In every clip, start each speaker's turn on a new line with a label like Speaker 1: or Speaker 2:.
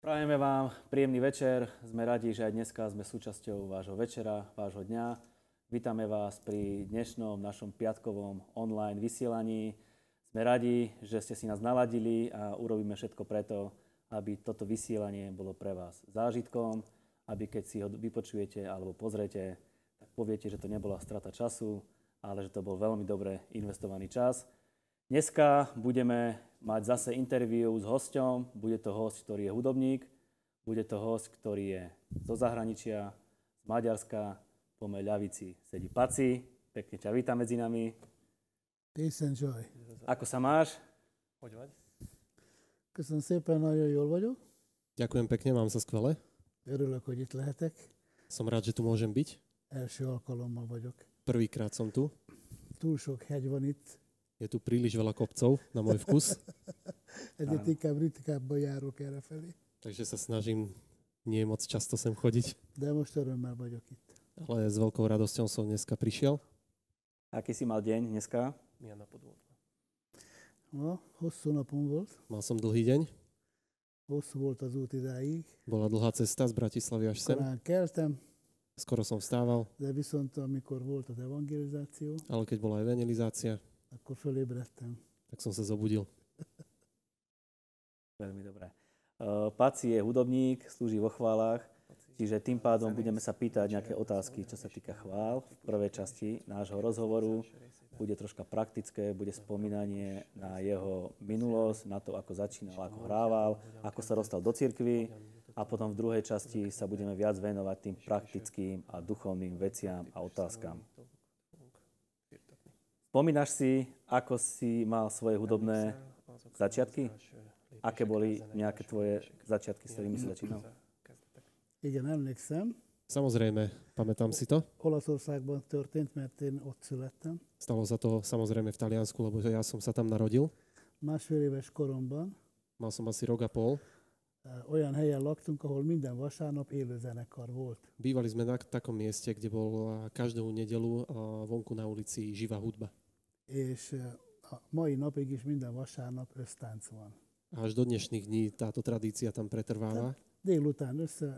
Speaker 1: Prajeme vám príjemný večer. Sme radi, že aj dneska sme súčasťou vášho večera, vášho dňa. Vítame vás pri dnešnom našom piatkovom online vysielaní. Sme radi, že ste si nás naladili a urobíme všetko preto, aby toto vysielanie bolo pre vás zážitkom, aby keď si ho vypočujete alebo pozrete, tak poviete, že to nebola strata času, ale že to bol veľmi dobre investovaný čas. Dneska budeme mať zase interviu s hosťom. Bude to host, ktorý je hudobník, bude to host, ktorý je zo zahraničia, z Maďarska. Po mojej ľavici sedí Paci. Pekne ťa vítam medzi nami.
Speaker 2: Peace and joy.
Speaker 1: Ako sa máš?
Speaker 3: Hogy vagy?
Speaker 2: Köszönöm szépen, nagyon jól vagyok.
Speaker 4: Ďakujem pekne, mám sa skvele.
Speaker 2: Örülök, hogy itt lehetek.
Speaker 4: Som rád, že tu môžem byť.
Speaker 2: Első alkalommal vagyok.
Speaker 4: Prvýkrát som tu.
Speaker 2: Túl sok hegy van itt,
Speaker 4: Je tu príliš veľa kopcov na môj vkus,
Speaker 2: egyet
Speaker 1: Áno.
Speaker 2: inkább ritkábban járok errefelé.
Speaker 4: takže sa snažím nie moc často sem chodiť.
Speaker 2: De most örömmel vagyok itt.
Speaker 4: Ale s veľkou radosťou som dneska prišiel.
Speaker 1: Aký si mal deň dneska?
Speaker 3: Milyen napod volt?
Speaker 2: Ma hosszú napom volt,
Speaker 4: Mal som dlhý deň.
Speaker 2: hosszú volt az út idáig.
Speaker 4: Bola dlhá cesta z Bratislavy až sem.
Speaker 2: Korán keltem,
Speaker 4: Skoro som vstával,
Speaker 2: de viszont amikor volt az evangelizáció,
Speaker 4: ale keď bola evangelizácia,
Speaker 2: akkor fölébredtem.
Speaker 4: tak som sa zobudil.
Speaker 1: Veľmi dobré. Eh, Paci je hudobník, slúži vo chválach, čiže tým pádom budeme sa pýtať nejaké otázky, čo sa týka chvál v prvej časti nášho rozhovoru. Bude troška praktické, bude spomínanie na jeho minulosť, na to, ako začínal, ako hrával, ako sa dostal do cirkvy a potom v druhej časti sa budeme viac venovať tým praktickým a duchovným veciam a otázkam. Spomínaš si, ako si mal svoje hudobné začiatky? Aké boli nejaké tvoje začiatky, s ktorými si začínal?
Speaker 2: Igen, emlékszem,
Speaker 4: Samozrejme, pamätám si to.
Speaker 2: Olaszországban történt, mert én ott születtem.
Speaker 4: Stalo sa to samozrejme v Taliansku, lebo ja som sa tam narodil.
Speaker 2: Másfél éves koromban
Speaker 4: Mal som asi rok a pol.
Speaker 2: eh, olyan helyen laktunk, ahol minden vasárnap élő zenekar volt.
Speaker 4: Bývali sme na takom mieste, kde bola každú nedelu a vonku na ulici živá hudba.
Speaker 2: és eh, a mai napig is minden vasárnap ösztánc van.
Speaker 4: A až do dnešných dní táto tradícia tam pretrváva.
Speaker 2: Délután össze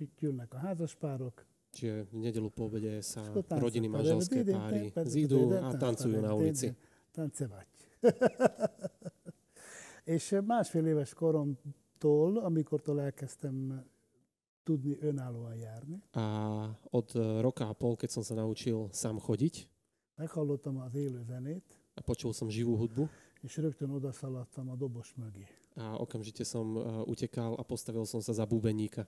Speaker 2: itt jönnek a házaspárok,
Speaker 4: Čiže v nedelu po obede sa
Speaker 2: és akkor táncolnak.
Speaker 4: rodiny manželské páry zídu a tancujú na ulici.
Speaker 2: Tancevač. és másfél éves koromtól, amikortól elkezdtem tudni önállóan járni,
Speaker 4: A od e, roka a pol, keď som sa naučil sám chodiť
Speaker 2: meghallottam az élő zenét,
Speaker 4: a počul som živú hudbu
Speaker 2: és rögtön odaszaladtam a dobos mögé.
Speaker 4: a okamžite som e, utekal a postavil som sa za bubeníka.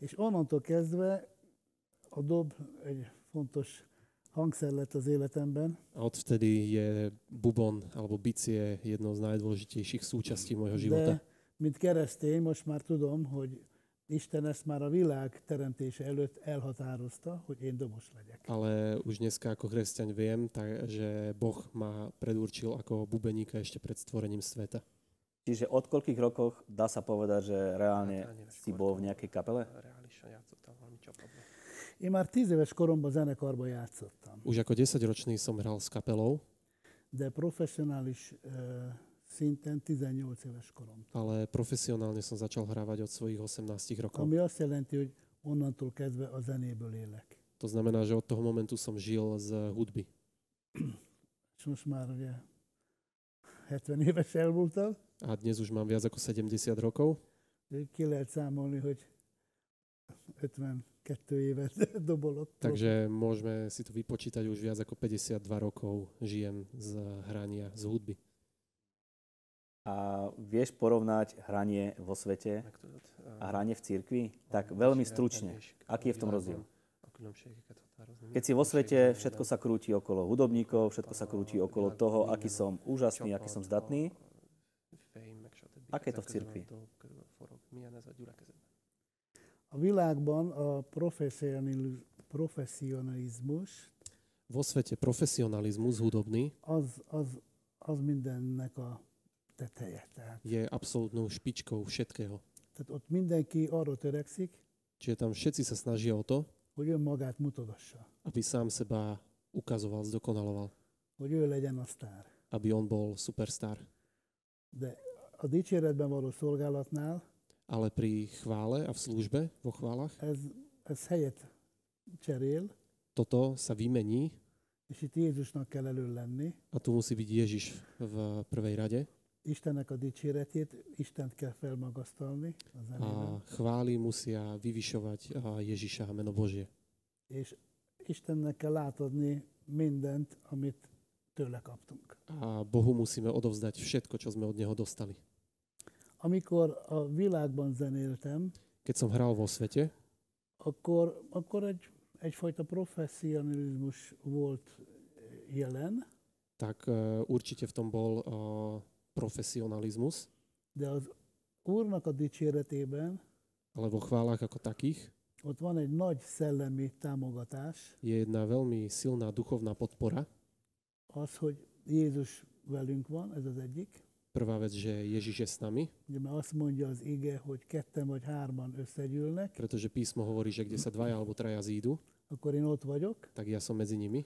Speaker 2: És onnantól kezdve a dob egy fontos hangszer lett az életemben,
Speaker 4: A odvtedy je bubon alebo bicie jednou z najdôležitejších súčastí môjho života.
Speaker 2: De, mint keresztény, most már tudom, hogy Isten ezt már a világ teremtése előtt elhatározta, hogy én dobos legyek.
Speaker 4: Ale už dneska ako kresťan viem, takže Boh ma predurčil ako bubeníka ešte pred stvorením sveta.
Speaker 1: Čiže od koľkých rokoch dá sa povedať, že reálne si bol v nejakej kapele?
Speaker 3: Reálisan játszottam valami csapatban.
Speaker 2: Én már tíz éves koromban zenekarban játszottam,
Speaker 4: Už ako 10-ročný som hral s kapelou,
Speaker 2: de professzionális ö, szinten 18 éves koromban.
Speaker 4: ale profesionálne som začal hrávať od svojich 18 rokov.
Speaker 2: Ami azt jelenti, hogy onnantól kezdve a zenéből élek.
Speaker 4: To znamená, že od toho momentu som žil z hudby.
Speaker 2: És most már ugye 70 éves elmúltam,
Speaker 4: A dnes už mám viac ako 70 rokov,
Speaker 2: úgyhogy ki lehet számolni, hogy 52 évet dobolok.
Speaker 4: takže môžeme si tu vypočítať už viac ako 52 rokov žijem z hrania, z hudby.
Speaker 1: A vieš porovnať hranie vo svete
Speaker 3: Meg tudod?
Speaker 1: a hranie v cirkvi? Tak veľmi stručne. Aký je v tom rozdiel?
Speaker 3: A különbségeket határozni.
Speaker 1: Keď si vo svete, všetko sa krúti okolo hudobníkov, všetko sa krúti okolo toho, aký som úžasný, aký som zdatný. Aké to v cirkvi?
Speaker 3: Milyen ez a gyülekezet?
Speaker 2: A világban a professzionaliz- professzionalizmus
Speaker 4: Vo svete profesionalizmus hudobný
Speaker 2: az, az, az mindennek a teteje. Tehát,
Speaker 4: je absolútnou špičkou všetkého.
Speaker 2: tehát ott mindenki arra törekszik,
Speaker 4: Čiže tam všetci sa snažia o to,
Speaker 2: hogy önmagát mutogassa,
Speaker 4: aby sám seba ukazoval, zdokonaloval,
Speaker 2: hogy ő legyen a sztár.
Speaker 4: aby on bol superstar.
Speaker 2: De a dicséretben való szolgálatnál
Speaker 4: ale pri chvále a v službe, vo chválach,
Speaker 2: Ez, ez helyet cserél,
Speaker 4: toto sa vymení
Speaker 2: és itt Jézusnak kell elő lenni,
Speaker 4: a tu musí byť Ježiš v prvej rade
Speaker 2: Istennek a dicséretét, Istent kell felmagasztalni az
Speaker 4: Ah.
Speaker 2: zenében,
Speaker 4: a chvály musia vyvyšovať a Ježiša a meno Božie.
Speaker 2: és Istennek kell átadni mindent, amit tőle kaptunk.
Speaker 4: A Bohu musíme odovzdať všetko, čo sme od Neho dostali.
Speaker 2: Amikor a világban zenéltem,
Speaker 4: Keď som hral vo svete,
Speaker 2: akkor, akkor egy, egyfajta professzionalizmus volt jelen,
Speaker 4: tak e, určite v tom bol e, profesionalizmus,
Speaker 2: de az Úrnak a dicséretében
Speaker 4: ale vo chválach ako takých
Speaker 2: ott van egy nagy szellemi támogatás,
Speaker 4: je jedna veľmi silná duchovná podpora.
Speaker 2: az, hogy Jézus velünk van, ez az egyik.
Speaker 4: Prvá vec, že Ježiš je s nami,
Speaker 2: Ugye mert azt mondja az ige, hogy ketten vagy hárman összegyűlnek,
Speaker 4: pretože písmo hovorí, že kde sa dvaja alebo traja zídu,
Speaker 2: akkor én ott vagyok,
Speaker 4: tak ja som medzi nimi.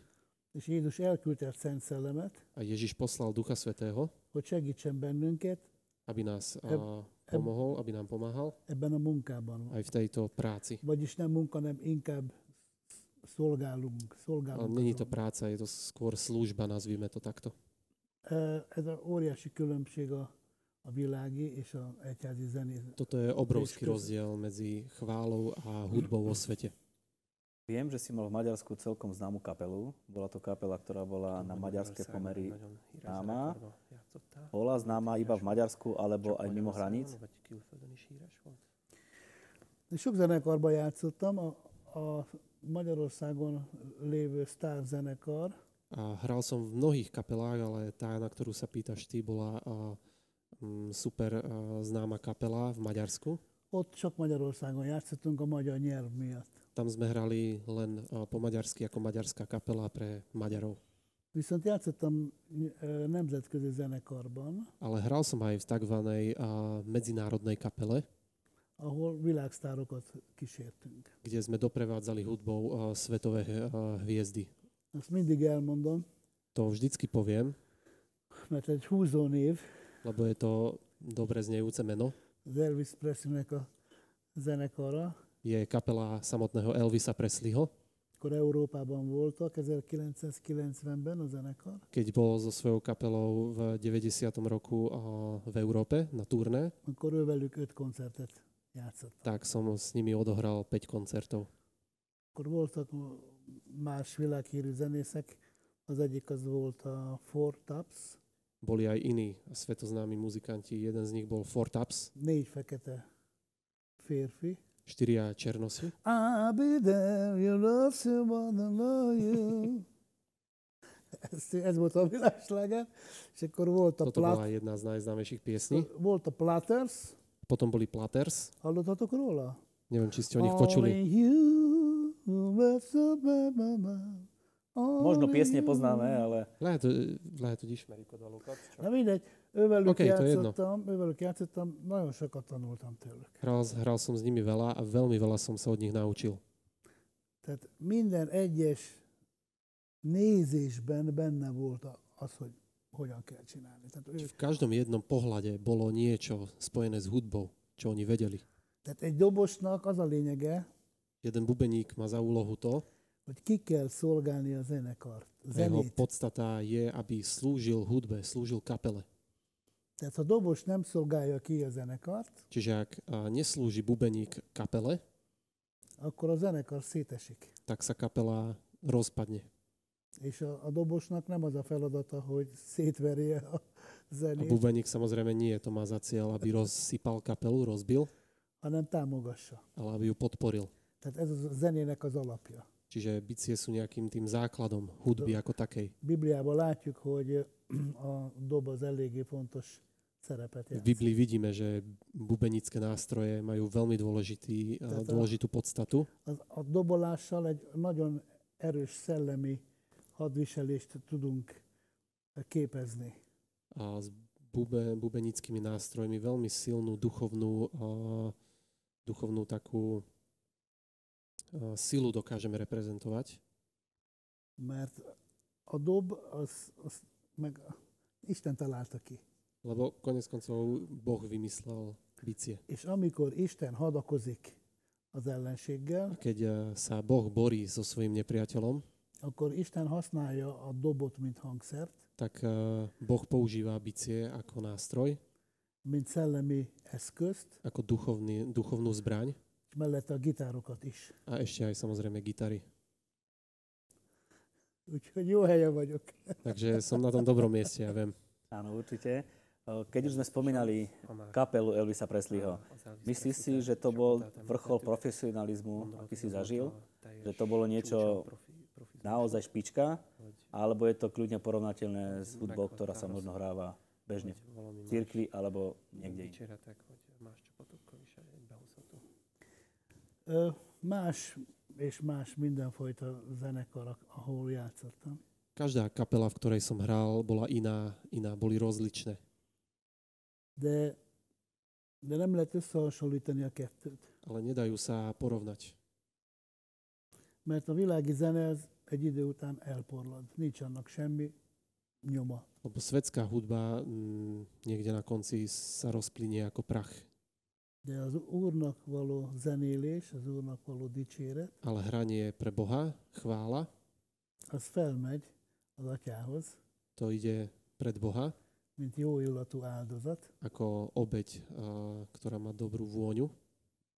Speaker 2: és Jézus elküldte a Szent Szellemet,
Speaker 4: A Ježiš poslal Ducha Svetého,
Speaker 2: hogy segítsen bennünket
Speaker 4: aby nás a, pomohol, aby nám pomáhal
Speaker 2: ebben a munkában.
Speaker 4: aj v tejto práci.
Speaker 2: Vagyis nem munka, nem inkább szolgálunk.
Speaker 4: Ale
Speaker 2: szolgálunk
Speaker 4: není to
Speaker 2: azon.
Speaker 4: práca, je to skôr služba, nazvime to takto.
Speaker 2: Ö, Ez a óriási különbség a, a világi és a egyházi zené.
Speaker 4: Toto je
Speaker 2: Ježiš,
Speaker 4: obrovský
Speaker 2: to-
Speaker 4: rozdiel medzi chválou a hudbou vo svete.
Speaker 1: Viem, že si mal v Maďarsku celkom známu kapelu. Bola to kapela, ktorá bola na maďarské
Speaker 3: Magyarországon
Speaker 1: pomery.
Speaker 3: nagyon híres
Speaker 1: náma.
Speaker 3: zenekarban játszottál.
Speaker 1: Bola známa iba v Maďarsku alebo
Speaker 3: Csak
Speaker 1: aj mimo
Speaker 3: Magyarországon,
Speaker 1: hraníc.
Speaker 3: Vagy külföldön is híres volt?
Speaker 2: Én Sok zenekarban játszottam, a, a Magyarországon lévő sztár zenekar,
Speaker 4: A hral som v mnohých kapelách, ale tá, na ktorú sa pýtaš ty, bola a, mm, super a, známa kapela v Maďarsku.
Speaker 2: ott csak Magyarországon játszottunk a magyar nyelv miatt.
Speaker 4: Tam sme hrali len a, po maďarsky ako maďarská kapela pre Maďarov.
Speaker 2: Viszont játszottam ö, nemzetközi zenekarban,
Speaker 4: Ale hral som aj v tzv. A, medzinárodnej kapele,
Speaker 2: ahol világsztárokat kísértünk.
Speaker 4: kde sme doprevádzali hudbou a, svetové a, hviezdy.
Speaker 2: Azt mindig elmondom,
Speaker 4: To vždycky poviem,
Speaker 2: mert egy húzó név,
Speaker 4: lebo je to dobre znejúce meno.
Speaker 2: az Elvis Presleynek a zenekara,
Speaker 4: Je kapela samotného Elvisa Presleyho.
Speaker 2: akkor Európában voltak 1990-ben a zenekar,
Speaker 4: keď bol so svojou kapelou v 90. roku a, v Európe na turné,
Speaker 2: akkor ő velük öt koncertet játszottam.
Speaker 4: tak som s nimi odohral 5 koncertov.
Speaker 2: Akkor voltak más világhírű zenészek, az egyik az volt a Four Tops,
Speaker 4: Boli aj iní svetoznámi muzikanti, jeden z nich bol Four Taps,
Speaker 2: négy fekete férfi,
Speaker 4: štyria černosi.
Speaker 2: I'll be there, you love someone, I love you. ez, ez volt a világsláger, és akkor volt a,
Speaker 4: Toto bola
Speaker 2: plat,
Speaker 4: jedna z najznámejších piesní.
Speaker 2: volt a Platters,
Speaker 4: Potom boli Platters,
Speaker 2: hallottatok róla?
Speaker 4: neviem, či ste o nich počuli.
Speaker 2: Only you, that's a baby man. Only
Speaker 1: Možno piesne
Speaker 2: you.
Speaker 1: poznáme, ale
Speaker 4: Lehaj to, lehaj to díš.
Speaker 3: Ismerjük a dalokat,
Speaker 2: Na
Speaker 3: csak
Speaker 2: mindegy, ővelük
Speaker 4: Oké,
Speaker 2: okay,
Speaker 4: to jedno.
Speaker 2: játszottam, ővelük játszottam, nagyon sokat tanultam tőlük.
Speaker 4: Hral, hral som s nimi veľa a veľmi veľa som sa od nich naučil.
Speaker 2: Tehát minden egyes nézésben benne volt a- az, hogy hogyan kell csinálni. Tehát ők
Speaker 4: V každom jednom pohľade bolo niečo spojené s hudbou, čo oni vedeli.
Speaker 2: Tehát egy dobosnak az a lényege,
Speaker 4: Jeden bubeník má za úlohu to,
Speaker 2: hogy ki kell szolgálni a zenekart, a
Speaker 4: Jeho
Speaker 2: zenét.
Speaker 4: podstata je, aby slúžil hudbe, slúžil kapele.
Speaker 2: Tehát ha a dobos nem szolgálja ki a zenekart,
Speaker 4: Čiže ak a, neslúži bubeník kapele,
Speaker 2: akkor a zenekar szétesik.
Speaker 4: tak sa kapela rozpadne.
Speaker 2: És a, a dobosnak nem az a feladata, hogy szétverje a
Speaker 4: A
Speaker 2: zenét,
Speaker 4: bubeník samozrejme nie, to má za cieľ, aby rozsypal kapelu, rozbil,
Speaker 2: hanem támogassa.
Speaker 4: ale aby ju podporil.
Speaker 2: Tehát ez a zenének az alapja.
Speaker 4: Čiže bicie sú nejakým tým základom hudby ako takej.
Speaker 2: Bibliában látjuk, hogy a dob az eléggé fontos szerepet
Speaker 4: V
Speaker 2: játszik.
Speaker 4: Biblii vidíme, že bubenické nástroje majú veľmi dôležitý, a,
Speaker 2: Toto-
Speaker 4: dôležitú podstatu.
Speaker 2: Az, a dobolással egy nagyon erős szellemi hadviselést tudunk képezni.
Speaker 4: A s bube, bubenickými nástrojmi veľmi silnú duchovnú, a, duchovnú takú a, silu dokážeme reprezentovať.
Speaker 2: Mert a dob, az, az meg Isten találta ki.
Speaker 4: Lebo konec koncov Boh vymyslel bicie.
Speaker 2: És amikor Isten hadakozik az ellenséggel,
Speaker 4: Keď eh, sa Boh borí so svojím nepriateľom,
Speaker 2: akkor Isten használja a dobot, mint hangszert,
Speaker 4: tak eh, Boh používa bicie ako nástroj,
Speaker 2: mint szellemi eszközt,
Speaker 4: ako duchovný, duchovnú zbraň
Speaker 2: és mellette a gitárokat is.
Speaker 4: a ešte aj samozrejme gitary.
Speaker 2: Úgyhogy jó helyen vagyok.
Speaker 4: Takže som na tom dobrom mieste, ja viem.
Speaker 1: Áno, určite. Eh, Keď už sme spomínali
Speaker 3: A már
Speaker 1: kapelu Elvisa Presleyho,
Speaker 3: az Elvis
Speaker 1: myslíš si,
Speaker 3: Presley-t
Speaker 1: že to
Speaker 3: is
Speaker 1: bol
Speaker 3: említettük.
Speaker 1: vrchol
Speaker 3: Gondolom,
Speaker 1: profesionalizmu, aký
Speaker 3: hogy
Speaker 1: si
Speaker 3: ez volt
Speaker 1: zažil?
Speaker 3: a teljes
Speaker 1: Že to bolo niečo
Speaker 3: csúcsa profi- profizmusa,
Speaker 1: Naozaj špička?
Speaker 3: hogy-
Speaker 1: Alebo je to kľudne porovnateľné s hudbou, ktorá sa možno hráva bežne v
Speaker 3: hogy valami más
Speaker 1: cirkvi alebo niekde inde?
Speaker 3: dicséretek, vagy más csapatokkal is egybehozható.
Speaker 2: Ö, Más és más mindenfajta zenekar, ahol játszottam.
Speaker 4: Každá kapela, v ktorej som hral, bola iná, iná boli rozličné.
Speaker 2: De, de nem lehet összehasonlítani a kettőt.
Speaker 4: Ale nedajú sa porovnať,
Speaker 2: Mert a világi zene az egy idő után elporlad. Nincs annak semmi nyoma.
Speaker 4: lebo svetská hudba m, niekde na konci sa rozplynie ako prach.
Speaker 2: De az Úrnak való zenélés, az Úrnak való dicséret,
Speaker 4: Ale hranie pre Boha, chvála,
Speaker 2: az felmegy az atyához,
Speaker 4: to ide pred Boha
Speaker 2: mint jó illatú áldozat,
Speaker 4: ako obeď, a, ktorá má dobrú vôňu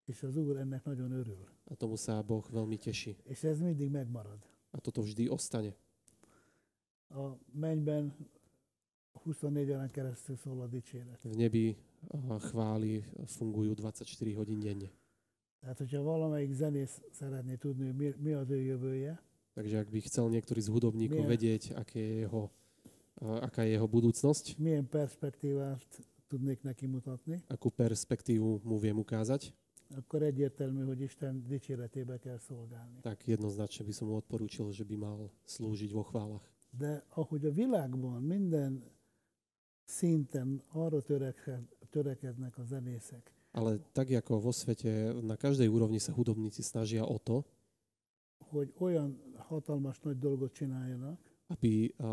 Speaker 2: és az Úr ennek nagyon örül.
Speaker 4: a tomu sa Boh veľmi teší.
Speaker 2: És ez mindig megmarad.
Speaker 4: A toto vždy ostane.
Speaker 2: A mennyben 24 órán keresztül szól a dicséret.
Speaker 4: V nebi a, chvály fungujú 24 hodín denne.
Speaker 2: Tehát, hogyha valamelyik zenész szeretné tudni, hogy mi, mi az ő jövője,
Speaker 4: Takže ak by chcel niektorý z hudobníkov
Speaker 2: Nie.
Speaker 4: vedieť, aké je jeho, a, aká je jeho budúcnosť,
Speaker 2: milyen perspektívát tudnék neki mutatni,
Speaker 4: akú perspektívu mu viem ukázať,
Speaker 2: akkor egyértelmű, hogy Isten dicséretébe kell szolgálni.
Speaker 4: tak jednoznačne by som mu odporúčil, že by mal slúžiť vo chválach.
Speaker 2: De ahogy a világban minden szinten arra töreked, törekednek a zenészek,
Speaker 4: Ale tak ako vo svete, na každej úrovni sa hudobníci snažia o to,
Speaker 2: hogy olyan hatalmas nagy dolgot csináljanak,
Speaker 4: aby a,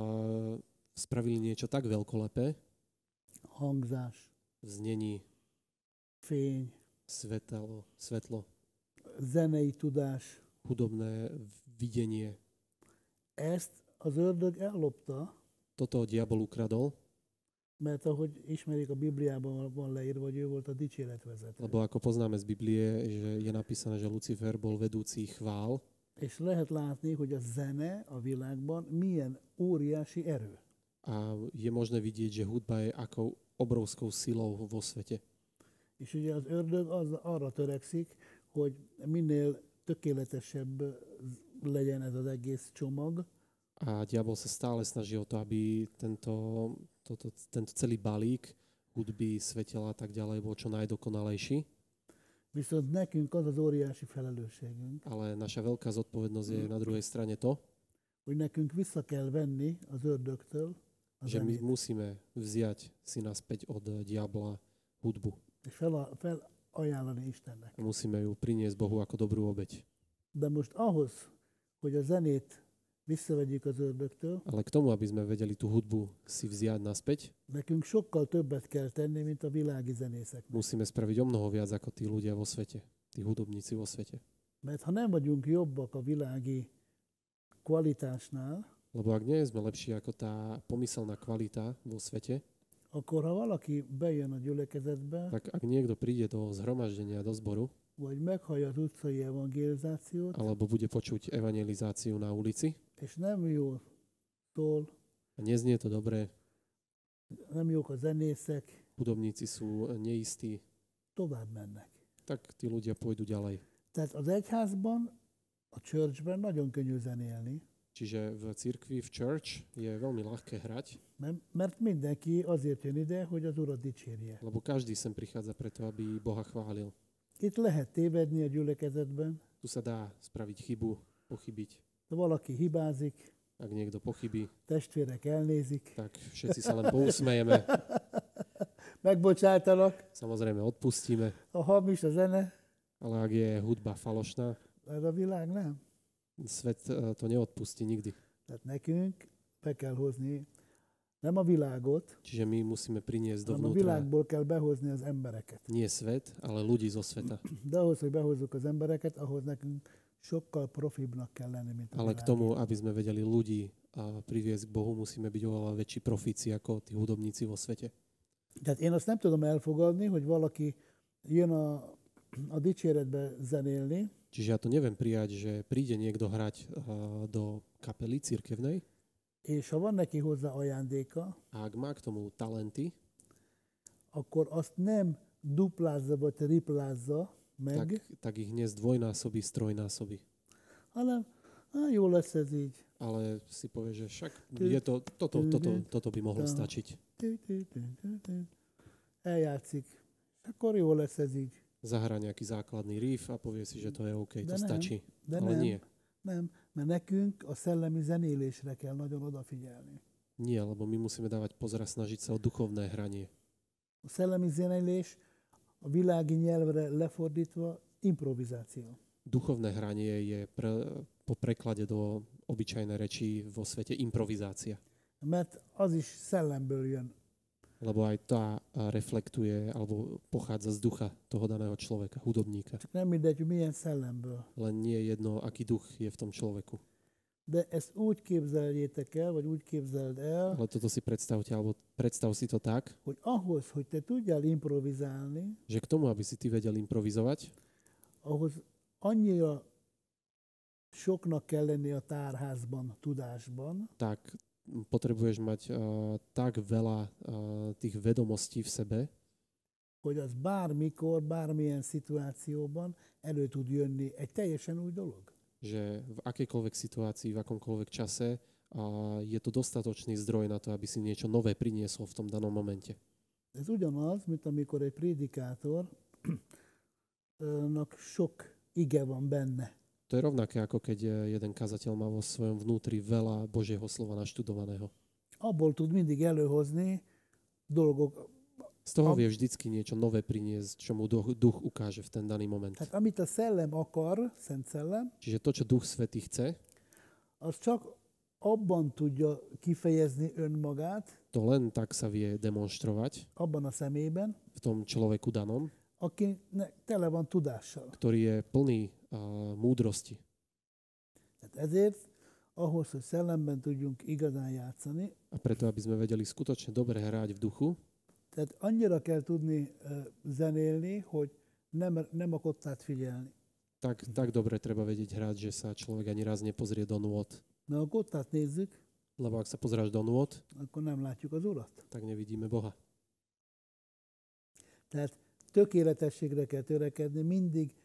Speaker 4: spravili niečo tak veľkolepé
Speaker 2: hangzás,
Speaker 4: v znení
Speaker 2: fény,
Speaker 4: svetlo, svetlo,
Speaker 2: zenei tudás,
Speaker 4: hudobné videnie.
Speaker 2: ezt az ördög ellopta,
Speaker 4: Toto diabol ukradol,
Speaker 2: mert ahogy ismerik, a Bibliában van leírva, hogy ő volt a dicséretvezető.
Speaker 4: lebo ako poznáme z Biblie, že je napísané, že Lucifer bol vedúci chvál
Speaker 2: És lehet látni, hogy a zene a világban milyen óriási erő.
Speaker 4: a je možné vidieť, že hudba je ako obrovskou silou vo svete.
Speaker 2: És ugye az ördög az, arra törekszik, hogy minél tökéletesebb legyen ez az egész csomag,
Speaker 4: A diabol sa stále snaží o to, aby tento, toto, tento celý balík hudby, svetela a tak ďalej bol čo najdokonalejší.
Speaker 2: viszont nekünk az az óriási felelősségünk,
Speaker 4: Ale naša veľká zodpovednosť je na druhej strane to,
Speaker 2: hogy nekünk vissza kell venni az ördögtől a
Speaker 4: že my
Speaker 2: zenét,
Speaker 4: musíme vziať si naspäť od eh, diabla hudbu.
Speaker 2: és fel, felajánlani Istennek.
Speaker 4: A musíme ju priniesť Bohu ako dobrú obeď.
Speaker 2: De most ahhoz, hogy a zenét visszavegyük az ördögtől,
Speaker 4: Ale k tomu, aby sme vedeli tú hudbu si vziať naspäť,
Speaker 2: nekünk sokkal többet kell tenni, mint a világi zenészeknek.
Speaker 4: musíme spraviť o mnoho viac ako tí ľudia vo svete, tí hudobníci vo svete.
Speaker 2: Mert ha nem vagyunk jobbak a világi kvalitásnál,
Speaker 4: Lebo ak nie sme lepší ako tá pomyselná kvalita vo svete,
Speaker 2: akkor ha valaki bejön a gyülekezetbe,
Speaker 4: tak ak niekto príde do zhromaždenia, do zboru,
Speaker 2: vagy meghallja az utcai evangelizációt,
Speaker 4: alebo bude počuť evangelizáciu na ulici
Speaker 2: és nem jó szól,
Speaker 4: a neznie to dobre,
Speaker 2: nem jók a zenészek,
Speaker 4: hudobníci sú neistí,
Speaker 2: tovább mennek.
Speaker 4: tak tí ľudia pôjdu ďalej.
Speaker 2: Tehát az egyházban, a churchben nagyon könnyű zenélni,
Speaker 4: Čiže v cirkvi, v church je veľmi ľahké hrať,
Speaker 2: nem- mert mindenki azért jön ide, hogy az urat dicsérje.
Speaker 4: lebo každý sem prichádza preto, aby Boha chválil.
Speaker 2: Itt lehet tévedni a gyülekezetben,
Speaker 4: Tu sa dá spraviť chybu, pochybiť.
Speaker 2: de valaki hibázik,
Speaker 4: Ak niekto pochybí,
Speaker 2: testvérek elnézik,
Speaker 4: tak všetci sa len pousmejeme,
Speaker 2: megbocsátanak,
Speaker 4: samozrejme odpustíme,
Speaker 2: ha hamis a zene,
Speaker 4: ale ak je hudba falošná,
Speaker 2: ez a világ nem.
Speaker 4: svet e, to neodpustí nikdy.
Speaker 2: Tehát nekünk be kell hozni nem a világot,
Speaker 4: Čiže my musíme priniesť
Speaker 2: hanem a
Speaker 4: dovnútra
Speaker 2: világból kell behozni az embereket.
Speaker 4: nie svet, ale ľudí zo sveta.
Speaker 2: De ahhoz, hogy behozzuk az embereket, ahhoz nekünk sokkal profibbnak kell lenni, mint a
Speaker 4: Ale k
Speaker 2: világ.
Speaker 4: tomu, aby sme vedeli ľudí a priviesť k Bohu, musíme byť oveľa väčší profíci ako tí hudobníci vo svete.
Speaker 2: Tehát én azt nem tudom elfogadni, hogy valaki jön a, a dicséretbe zenélni,
Speaker 4: Čiže ja to neviem prijať, že príde niekto hrať a, do kapely cirkevnej
Speaker 2: és ha van neki hozzá ajándéka,
Speaker 4: a ak má k tomu talenty,
Speaker 2: akkor azt nem duplázza vagy triplázza meg,
Speaker 4: tak, tak ich nezdvojnásobí, strojnásobí.
Speaker 2: hanem á, jó lesz ez így.
Speaker 4: Ale si povie, že však je to, toto, toto, toto by mohlo stačiť.
Speaker 2: Tü, tü, tü, tü, tü. Eljátszik. Akkor jó lesz ez így.
Speaker 4: Zahrá nejaký základný riff a povie si, že to je OK,
Speaker 2: De
Speaker 4: to
Speaker 2: ne.
Speaker 4: stačí.
Speaker 2: De
Speaker 4: Ale
Speaker 2: nem,
Speaker 4: nie.
Speaker 2: nem, mert nekünk a szellemi zenélésre kell nagyon odafigyelni.
Speaker 4: Nie, lebo my musíme dávať pozor a snažiť sa o duchovné hranie.
Speaker 2: A szellemi zenélés a világi nyelvre lefordítva improvizáció.
Speaker 4: Duchovné hranie je pre, po preklade do obyčajnej reči vo svete improvizácia.
Speaker 2: Mert az is szellemből jön.
Speaker 4: Lebo aj tá a, reflektuje alebo pochádza z ducha toho daného človeka, hudobníka.
Speaker 2: Csak nem mindegy, hogy milyen szellemből.
Speaker 4: Len nie je jedno, aký duch je v tom človeku.
Speaker 2: De ezt úgy képzeljétek el, vagy úgy képzeld el,
Speaker 4: Ale toto si predstavte, alebo predstav si to tak,
Speaker 2: hogy ahhoz, hogy te tudjál improvizálni,
Speaker 4: že k tomu, aby si ty vedel improvizovať,
Speaker 2: ahhoz annyira soknak kell lenni a tárházban, tudásban,
Speaker 4: tak potrebuješ mať a, tak veľa a, tých vedomostí v sebe,
Speaker 2: hogy az bármikor, bármilyen szituációban elő tud jönni egy teljesen új dolog.
Speaker 4: že v akejkoľvek situácii, v akomkoľvek čase a je to dostatočný zdroj na to, aby si niečo nové priniesol v tom danom momente.
Speaker 2: Ez ugyanaz, mint amikor egy prédikátornak sok ige van benne.
Speaker 4: To je rovnaké, ako keď eh, jeden kazateľ má vo svojom vnútri veľa Božieho slova naštudovaného.
Speaker 2: Abból tud mindig előhozni dolgok,
Speaker 4: Z
Speaker 2: A-
Speaker 4: toho vie vždycky niečo nové priniesť, čo mu duch, duch ukáže v ten daný moment.
Speaker 2: tehát Hát amit a szellem akar, szent szellem,
Speaker 4: Čiže to, čo Duch Svetý chce,
Speaker 2: az csak abban tudja kifejezni önmagát,
Speaker 4: to len tak sa vie demonstrovať
Speaker 2: abban a szemében,
Speaker 4: v tom človeku danom,
Speaker 2: akinek tele van tudással.
Speaker 4: ktorý je plný a, múdrosti.
Speaker 2: Tehát ezért ahhoz, hogy szellemben tudjunk igazán játszani,
Speaker 4: A preto, aby sme vedeli skutočne dobre hrať v duchu,
Speaker 2: tehát annyira kell tudni ö, zenélni, hogy nem, nem a kottát figyelni.
Speaker 4: tak, tak dobre treba vedieť hrať, že sa človek ani raz nepozrie do nôd.
Speaker 2: Mert ha a kottát nézzük,
Speaker 4: Lebo ak sa pozráš do nôd,
Speaker 2: akkor nem látjuk az urat.
Speaker 4: tak nevidíme Boha.
Speaker 2: Tehát tökéletességre kell törekedni, mindig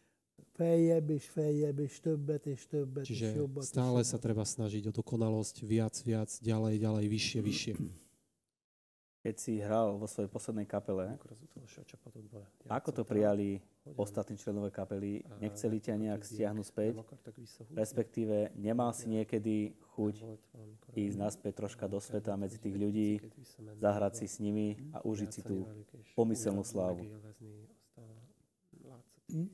Speaker 2: feljebb és feljebb, és többet és többet, és
Speaker 4: Čiže
Speaker 2: jobbat. és
Speaker 4: stále sa
Speaker 2: jobbat.
Speaker 4: treba snažiť o dokonalosť, viac, viac, ďalej, ďalej, vyššie,
Speaker 1: Mm.
Speaker 4: vyššie.
Speaker 1: Keď si hral vo svojej poslednej kapele,
Speaker 3: Amikor az utolsó csapatodban
Speaker 1: ako to
Speaker 3: játszottál,
Speaker 1: prijali
Speaker 3: hogyan
Speaker 1: ostatní členové kapely?
Speaker 3: Aha,
Speaker 1: Nechceli ťa
Speaker 3: tak to
Speaker 1: nejak
Speaker 3: vidieť.
Speaker 1: stiahnuť späť?
Speaker 3: nem akartak visszahúzni?
Speaker 1: Respektíve, nemal si niekedy chuť
Speaker 3: Volt valamikor
Speaker 1: ísť
Speaker 3: olyan
Speaker 1: naspäť troška do
Speaker 3: kedved,
Speaker 1: sveta medzi
Speaker 3: hogy
Speaker 1: tých ľudí,
Speaker 3: picit visszamenni
Speaker 1: zahrať
Speaker 3: ahhoz,
Speaker 1: si s nimi a užiť si
Speaker 3: játszani
Speaker 1: tú
Speaker 3: velük, és
Speaker 1: pomyselnú
Speaker 3: újra
Speaker 1: slávu. Hmm?
Speaker 3: megélvezni azt a látszat.
Speaker 2: Hm?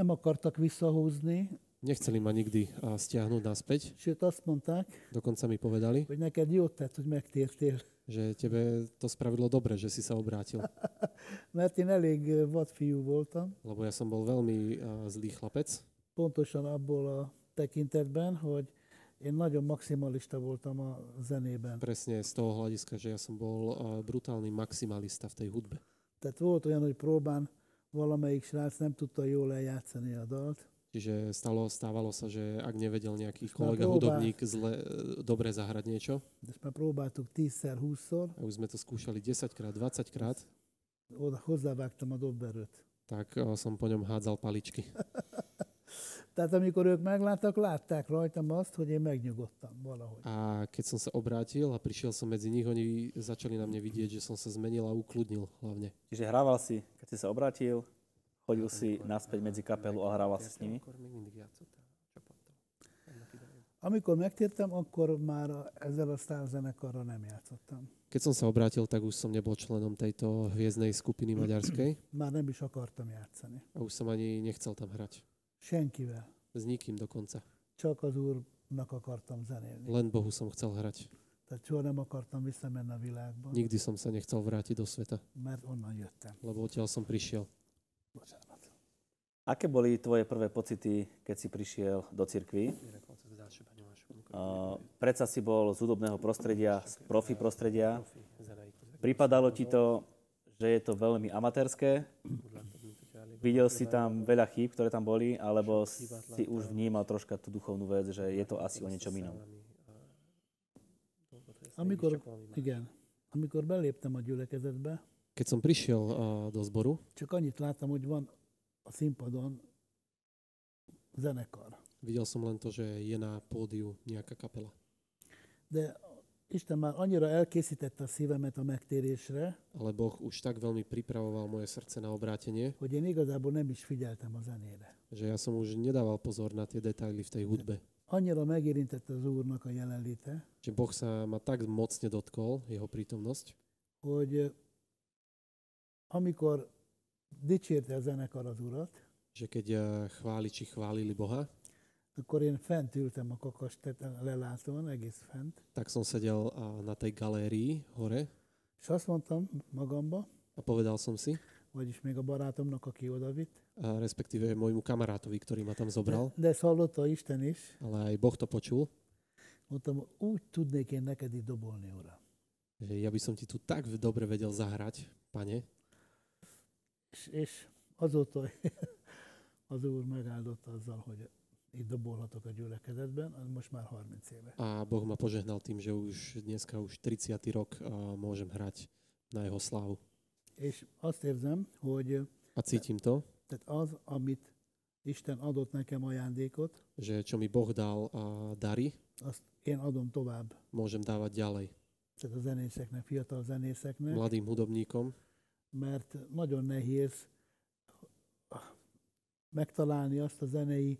Speaker 2: Nem akartak visszahúzni,
Speaker 4: Nechceli ma nikdy a, stiahnuť naspäť.
Speaker 2: sőt azt mondták,
Speaker 4: Dokonca mi povedali,
Speaker 2: hogy neked jót tett, hogy megtértél.
Speaker 4: že tebe to spravilo dobre, že si sa obrátil.
Speaker 2: Mert én elég ö, vad fiú voltam,
Speaker 4: Lebo ja som bol veľmi a, zlý chlapec.
Speaker 2: pontosan abból a tekintetben, hogy én nagyon maximalista voltam a zenében.
Speaker 4: Presne z toho hľadiska, že ja som bol a, brutálny maximalista v tej hudbe.
Speaker 2: Tehát volt olyan, hogy próbán valamelyik srác nem tudta jól eljátszani a dalt,
Speaker 4: Čiže stalo, stávalo sa, že ak nevedel
Speaker 2: sme
Speaker 4: nejaký
Speaker 2: v
Speaker 4: kolega
Speaker 2: dlhobách.
Speaker 4: hudobník zle, dobre zahrať niečo,
Speaker 2: és már próbáltuk 10-szer, 20-szor,
Speaker 4: a už sme to skúšali 10 krát, 20 krát,
Speaker 2: oda hozzávágtam a dobberőt.
Speaker 4: tak o, som po ňom hádzal paličky.
Speaker 2: Tehát amikor ők megláttak, látták rajtam azt, hogy én megnyugodtam valahogy.
Speaker 4: A keď som sa obrátil a prišiel som medzi nich, oni začali na mne vidieť, že som sa zmenil a ukludnil hlavne.
Speaker 1: Čiže hrával si, keď si sa obrátil, chodil si naspäť medzi kapelu a hrával si s nimi.
Speaker 3: Akkor még mindig játszottál a csapattal. Annak idején.
Speaker 2: Amikor megtértem, akkor már a- ezzel a sztárzenekarral nem játszottam.
Speaker 4: Keď som sa obrátil, tak už som nebol členom tejto hviezdnej skupiny maďarskej
Speaker 2: Már nem is akartam játszani.
Speaker 4: a už som ani nechcel tam hrať.
Speaker 2: Senkivel.
Speaker 4: S nikým dokonca.
Speaker 2: Csak az úrnak akartam zenélni.
Speaker 4: Len Bohu som chcel hrať.
Speaker 2: Tehát soha nem akartam visszamenni a világba,
Speaker 4: Nikdy som sa nechcel vrátiť do sveta,
Speaker 2: mert onnan jöttem.
Speaker 4: lebo odtiaľ som prišiel.
Speaker 2: Bocsánat.
Speaker 1: Aké boli tvoje prvé pocity, keď si prišiel do cirkvi?
Speaker 3: Ennek volt az az első benyomásom, amikor
Speaker 1: Uh, predsa si bol z hudobného prostredia, z profi prostredia.
Speaker 3: profi zenei közeg.
Speaker 1: Pripadalo ti to, že je to veľmi amatérske?
Speaker 3: Úgy láttam, mint hogyha elég
Speaker 1: Videl si tam veľa chýb, ktoré tam boli, alebo si už vnímal troška tú duchovnú vec, že je to asi o niečom inom?
Speaker 2: Amikor, igen, amikor beléptem a gyülekezetbe,
Speaker 4: Keď som prišiel uh, do zboru,
Speaker 2: csak annyit láttam, hogy van a színpadon zenekar.
Speaker 4: videl som len to, že je na pódiu nejaká kapela.
Speaker 2: De Isten már annyira elkészítette a szívemet a megtérésre,
Speaker 4: Ale Boh už tak veľmi pripravoval moje srdce na obrátenie,
Speaker 2: hogy én igazából nem is figyeltem a zenére.
Speaker 4: že ja som už nedával pozor na tie detaily v tej hudbe.
Speaker 2: Annyira megérintette az Úrnak a jelenléte,
Speaker 4: Že Boh sa ma tak mocne dotkol, jeho prítomnosť,
Speaker 2: hogy ö, amikor dicsérte a zenekar az Urat,
Speaker 4: že keď eh, chváliči chválili Boha,
Speaker 2: akkor én fent ültem a kakas tetején, a lelátón, egész fent,
Speaker 4: tak som sedel a na tej galérii hore
Speaker 2: és azt mondtam magamba,
Speaker 4: a povedal som si,
Speaker 2: vagyis még a barátomnak, aki odavitt,
Speaker 4: a E, respektíve môjmu kamarátovi, ktorý ma
Speaker 2: de,
Speaker 4: tam zobral,
Speaker 2: de ezt hallotta Isten is,
Speaker 4: ale aj Boh to počul,
Speaker 2: mondtam, úgy tudnék én neked itt dobolni, Uram.
Speaker 4: že ja by som ti tu tak dobre vedel zahrať, pane,
Speaker 2: És, és azóta az Úr megáldotta azzal, hogy itt dobolhatok a gyülekezetben, az most már 30 éve.
Speaker 4: a Boh ma požehnal tým, že už dneska už 30. rok a môžem hrať na jeho slávu.
Speaker 2: És azt érzem, hogy ö,
Speaker 4: A cítim to,
Speaker 2: tehát az, amit Isten adott nekem ajándékot,
Speaker 4: že čo mi Boh dal a dary,
Speaker 2: azt én adom tovább.
Speaker 4: môžem dávať ďalej
Speaker 2: Tehát a zenészeknek, fiatal zenészeknek,
Speaker 4: mladým hudobníkom,
Speaker 2: mert nagyon nehéz eh, megtalálni azt a zenei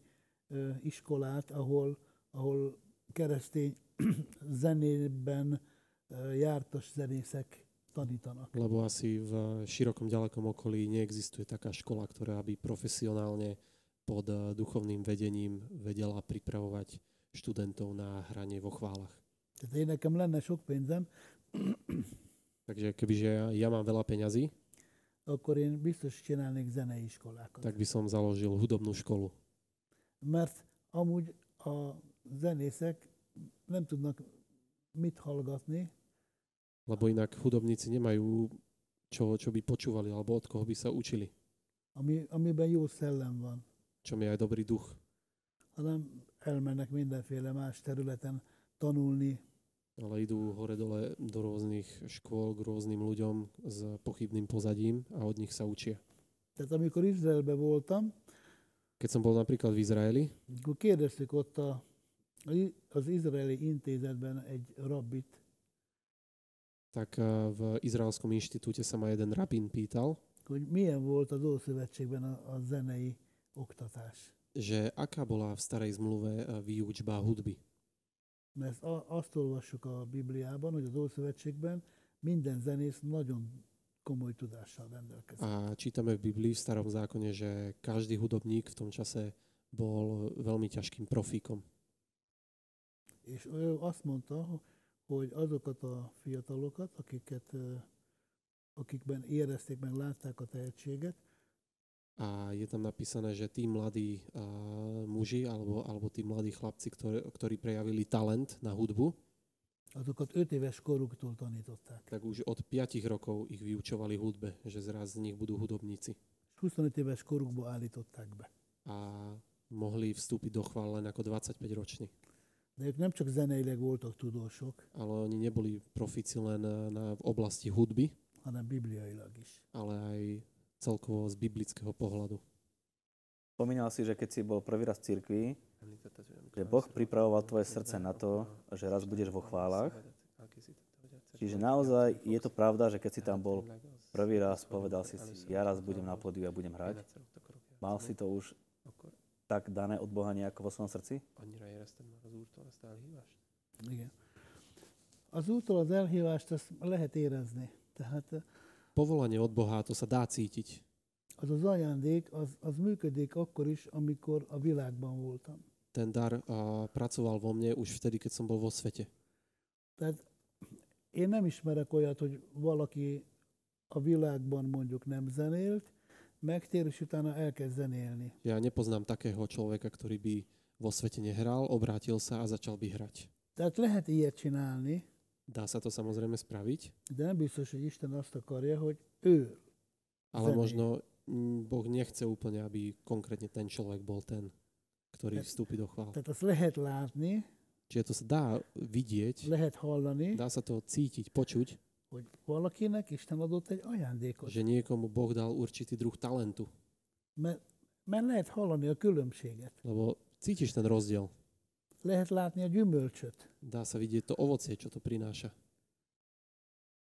Speaker 2: ö, iskolát, ahol, ahol keresztény zenében ö, jártas zenészek tanítanak.
Speaker 4: lebo asi v širokom ďalekom okolí neexistuje taká škola, ktorá by profesionálne pod eh, duchovným vedením vedela pripravovať študentov na hranie vo chválach.
Speaker 2: Tehát én nekem lenne sok pénzem,
Speaker 4: Takže kebyže ja, ja mám veľa peňazí,
Speaker 2: akkor én biztos csinálnék zenei iskolákat.
Speaker 4: tak by som založil hudobnú školu.
Speaker 2: Mert amúgy a zenészek nem tudnak mit hallgatni,
Speaker 4: Lebo inak hudobníci nemajú čo, čo by počúvali alebo od koho by sa učili,
Speaker 2: ami, amiben jó szellem van,
Speaker 4: čo mi aj dobrý duch.
Speaker 2: hanem Hát elmennek mindenféle más területen tanulni,
Speaker 4: Ale idú hore dole do rôznych škôl k rôznym ľuďom s pochybným pozadím a od nich sa učia.
Speaker 2: Tehát amikor Izraelbe voltam,
Speaker 4: Keď som bol napríklad v Izraeli,
Speaker 2: akkor kérdeztük ott a, az izraeli intézetben egy rabbit,
Speaker 4: tak eh, v Izraelskom inštitúte sa ma jeden rabín pýtal,
Speaker 2: hogy milyen volt az Ószövetségben a, a zenei oktatás.
Speaker 4: že aká bola v starej zmluve eh, výučba hudby.
Speaker 2: Mert a, azt olvassuk a Bibliában, hogy az Ószövetségben minden zenész nagyon komoly tudással rendelkezik.
Speaker 4: A čítame v Biblii v starom zákone, že každý hudobník v tom čase bol veľmi ťažkým profíkom.
Speaker 2: És ő azt mondta, hogy azokat a fiatalokat, akiket, ö, akikben érezték, meg látták a tehetséget,
Speaker 4: A je tam napísané, že tí mladí a, muži alebo, alebo tí mladí chlapci, ktoré, ktorí prejavili talent na hudbu,
Speaker 2: azokat öt éves koruktól tanították.
Speaker 4: tak už od 5 rokov ich vyučovali hudbe, že zraz z nich budú hudobníci.
Speaker 2: És 25 éves korukba állították be.
Speaker 4: A mohli vstúpiť do chvál len ako 25 roční.
Speaker 2: De ők nem csak zeneileg voltak tudósok,
Speaker 4: Ale oni neboli profíci len eh, na, v oblasti hudby,
Speaker 2: hanem bibliailag is.
Speaker 4: ale aj celkovo z biblického pohľadu.
Speaker 1: Spomínal si, že keď si bol prvý raz v cirkvi,
Speaker 3: Említetted, hogy amikor
Speaker 1: že Boh
Speaker 3: először
Speaker 1: pripravoval
Speaker 3: voltam
Speaker 1: tvoje
Speaker 3: a
Speaker 1: srdce na
Speaker 3: Izraelben,
Speaker 1: to,
Speaker 3: akkor
Speaker 1: že raz budeš vo chválach.
Speaker 3: elkészítette, hogy egyszer
Speaker 1: Čiže
Speaker 3: majd
Speaker 1: naozaj
Speaker 3: játszani
Speaker 1: je to
Speaker 3: fogsz.
Speaker 1: pravda, že keď si
Speaker 3: Tehát
Speaker 1: tam bol
Speaker 3: tényleg az-
Speaker 1: prvý raz,
Speaker 3: az, hogy
Speaker 1: povedal
Speaker 3: amikor
Speaker 1: si si,
Speaker 3: először
Speaker 1: ja raz
Speaker 3: voltam,
Speaker 1: budem na pódiu a budem
Speaker 3: én
Speaker 1: hrať.
Speaker 3: egyszer ott akarok
Speaker 1: Mal
Speaker 3: játszani,
Speaker 1: si to už
Speaker 3: akkor
Speaker 1: tak dané od Boha nejako vo svojom srdci?
Speaker 3: annyira érezted már az úrtól ezt elhívást?
Speaker 2: Igen. Az úttól az elhívást azt lehet érezni. Tehát ö,
Speaker 4: Povolanie od Boha, to sa dá cítiť.
Speaker 2: az az ajándék, az, az működik akkor is, amikor a világban voltam.
Speaker 4: Ten dar a, pracoval vo mne už vtedy, keď som bol vo svete.
Speaker 2: Tehát én nem ismerek olyat, hogy valaki a világban mondjuk nem zenélt, megtér, és utána elkezd zenélni.
Speaker 4: Ja nepoznám takého človeka, ktorý by vo svete nehral, obrátil sa a začal by hrať.
Speaker 2: Tehát lehet ilyet csinálni,
Speaker 4: Dá sa to samozrejme spraviť,
Speaker 2: de nem biztos, hogy Isten azt akarja, hogy ő.
Speaker 4: ale
Speaker 2: Zenej.
Speaker 4: možno mm, Boh nechce úplne, aby konkrétne ten človek bol ten, ktorý
Speaker 2: Tak-
Speaker 4: vstúpi do chvál.
Speaker 2: Tehát azt lehet látni,
Speaker 4: Čiže to sa dá vidieť,
Speaker 2: lehet hallani,
Speaker 4: dá sa to cítiť, počuť,
Speaker 2: hogy valakinek Isten adott egy ajándékot.
Speaker 4: že niekomu Boh dal určitý druh talentu,
Speaker 2: Mert, mert lehet hallani a különbséget,
Speaker 4: lebo cítiš ten rozdiel.
Speaker 2: lehet látni a gyümölcsöt,
Speaker 4: Dá sa vidieť to ovocie, čo to prináša.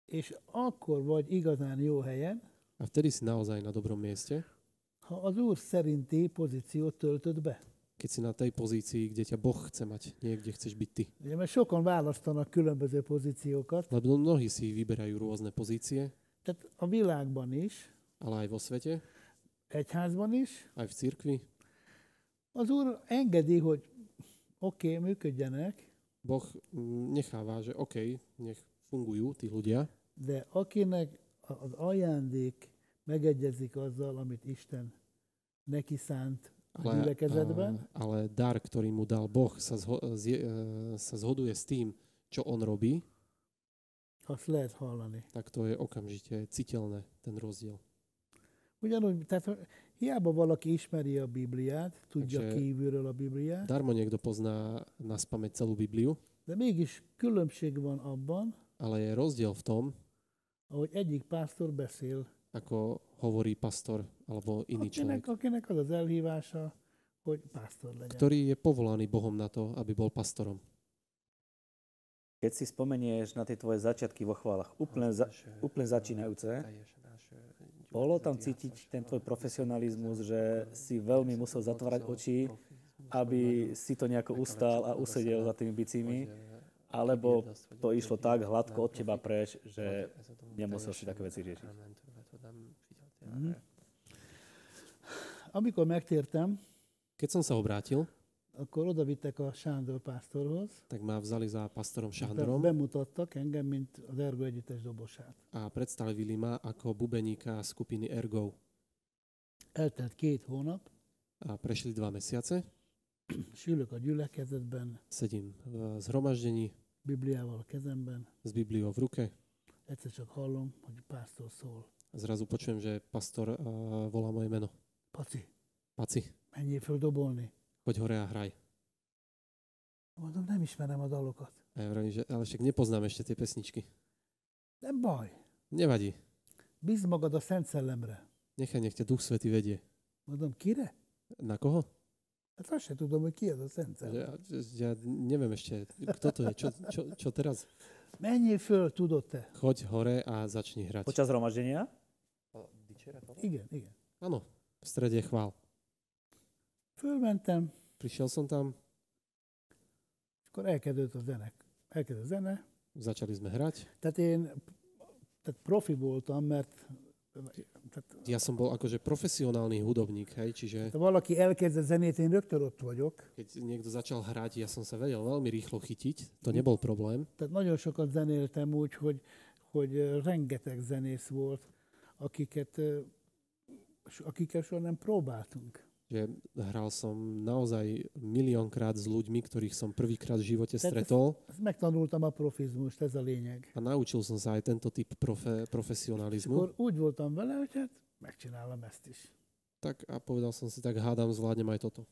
Speaker 2: és akkor vagy igazán jó helyen,
Speaker 4: A vtedy si naozaj na dobrom mieste,
Speaker 2: ha az Úr szerinti pozíciót töltöd be.
Speaker 4: keď si na tej pozícii, kde ťa Boh chce mať, nie kde chceš byť ty.
Speaker 2: Ugye, mert sokan választanak különböző pozíciókat,
Speaker 4: Lebo mnohí si vyberajú rôzne pozície,
Speaker 2: tehát a világban is,
Speaker 4: ale aj vo svete,
Speaker 2: egyházban is,
Speaker 4: aj v cirkvi.
Speaker 2: az Úr engedi, hogy oké, okay, működjenek,
Speaker 4: Boh mm, necháva, že OK, nech fungujú tí ľudia,
Speaker 2: de akinek a- az ajándék megegyezik azzal, amit Isten neki szánt a
Speaker 4: ale,
Speaker 2: gyülekezetben,
Speaker 4: a- ale dar, ktorý mu dal Boh, sa, zho- zje, e, sa zhoduje s tým, čo on robí,
Speaker 2: azt lehet hallani.
Speaker 4: tak to je okamžite citeľné, ten rozdiel.
Speaker 2: Ugyanúgy, tehát ha- hiába valaki ismeri a Bibliát, tudja
Speaker 4: Egy-
Speaker 2: kívülről a Bibliát,
Speaker 4: Darmo niekto pozná na spameť celú Bibliu,
Speaker 2: de mégis különbség van abban,
Speaker 4: ale je rozdiel v tom,
Speaker 2: ahogy egyik pásztor beszél.
Speaker 4: ako hovorí pastor alebo iný človek,
Speaker 2: Akinek, akinek az az elhívása, hogy pásztor legyen.
Speaker 4: ktorý je povolaný Bohom na to, aby bol pastorom.
Speaker 1: Keď si spomenieš na tie tvoje začiatky vo chválach, úplne, za, úplne začínajúce, bolo tam cítiť ten tvoj profesionalizmus, že si veľmi musel zatvárať oči, aby si to nejako ustál a usedel za tými bicími, alebo to išlo tak hladko od teba preč, že nemusel si také veci riešiť.
Speaker 3: Mhm.
Speaker 2: Amikor megtértem,
Speaker 4: Keď som sa obrátil,
Speaker 2: akkor oda vittek a Sándor pásztorhoz,
Speaker 4: tak ma vzali za pastorom
Speaker 2: tehát
Speaker 4: Šandrom
Speaker 2: bemutattak engem, mint az Ergo Együttes dobosát.
Speaker 4: a predstavili ma ako bubeníka skupiny Ergov.
Speaker 2: Eltelt két hónap,
Speaker 4: A prešli dva mesiace,
Speaker 2: sülök a gyülekezetben,
Speaker 4: sedím v zhromaždení
Speaker 2: Bibliával a kezemben,
Speaker 4: s Bibliou v ruke
Speaker 2: egyszer csak hallom, hogy pásztor szól.
Speaker 4: a zrazu počujem, že pastor eh, volá moje meno.
Speaker 2: Paci,
Speaker 4: Paci,
Speaker 2: menjél föl dobolni.
Speaker 4: poď hore a hraj.
Speaker 2: Mondom, nem ismerem a dalokat.
Speaker 4: A ja vravím, že ale však nepoznám ešte tie pesničky.
Speaker 2: Nem baj,
Speaker 4: Nevadí,
Speaker 2: bízd magad a Szent Szellemre.
Speaker 4: nechaj, nech ťa Duch Svety vedie.
Speaker 2: Mondom, kire?
Speaker 4: Na koho?
Speaker 2: Hát azt se tudom, hogy ki ez a Szent Szellem.
Speaker 4: Ja, ja neviem ešte, kto to je, čo, čo, čo teraz?
Speaker 2: Menjél föl, tudod te?
Speaker 4: Choď hore a začni hrať.
Speaker 1: Počas zhromaždenia
Speaker 2: Igen, igen.
Speaker 4: Áno, v strede chvál.
Speaker 2: Fölmentem,
Speaker 4: Prišiel som tam,
Speaker 2: és akkor elkezdődött a zene. Elkezdődött a zene.
Speaker 4: začali sme hrať.
Speaker 2: Tehát én tehát profi voltam, mert tehát,
Speaker 4: Ja som bol akože profesionálny hudobník, hej, čiže
Speaker 2: ha valaki elkezd a zenét, én rögtön ott vagyok.
Speaker 4: keď niekto začal hrať, ja som sa vedel veľmi rýchlo chytiť, to nebol problém.
Speaker 2: Tehát nagyon sokat zenéltem úgy, hogy, hogy ö, rengeteg zenész volt, akiket, ö, s- akikkel soha nem próbáltunk.
Speaker 4: Že hral som naozaj miliónkrát s ľuďmi, ktorých som prvýkrát v živote
Speaker 2: Tento-
Speaker 4: stretol
Speaker 2: Ezt megtanultam a profizmust, ez a lényeg.
Speaker 4: a naučil som sa aj tento typ profe,
Speaker 2: És akkor
Speaker 4: profesionalizmu.
Speaker 2: úgy voltam vele, hogy hát megcsinálom ezt is.
Speaker 4: Tak a povedal som si, tak hádam, zvládnem aj toto.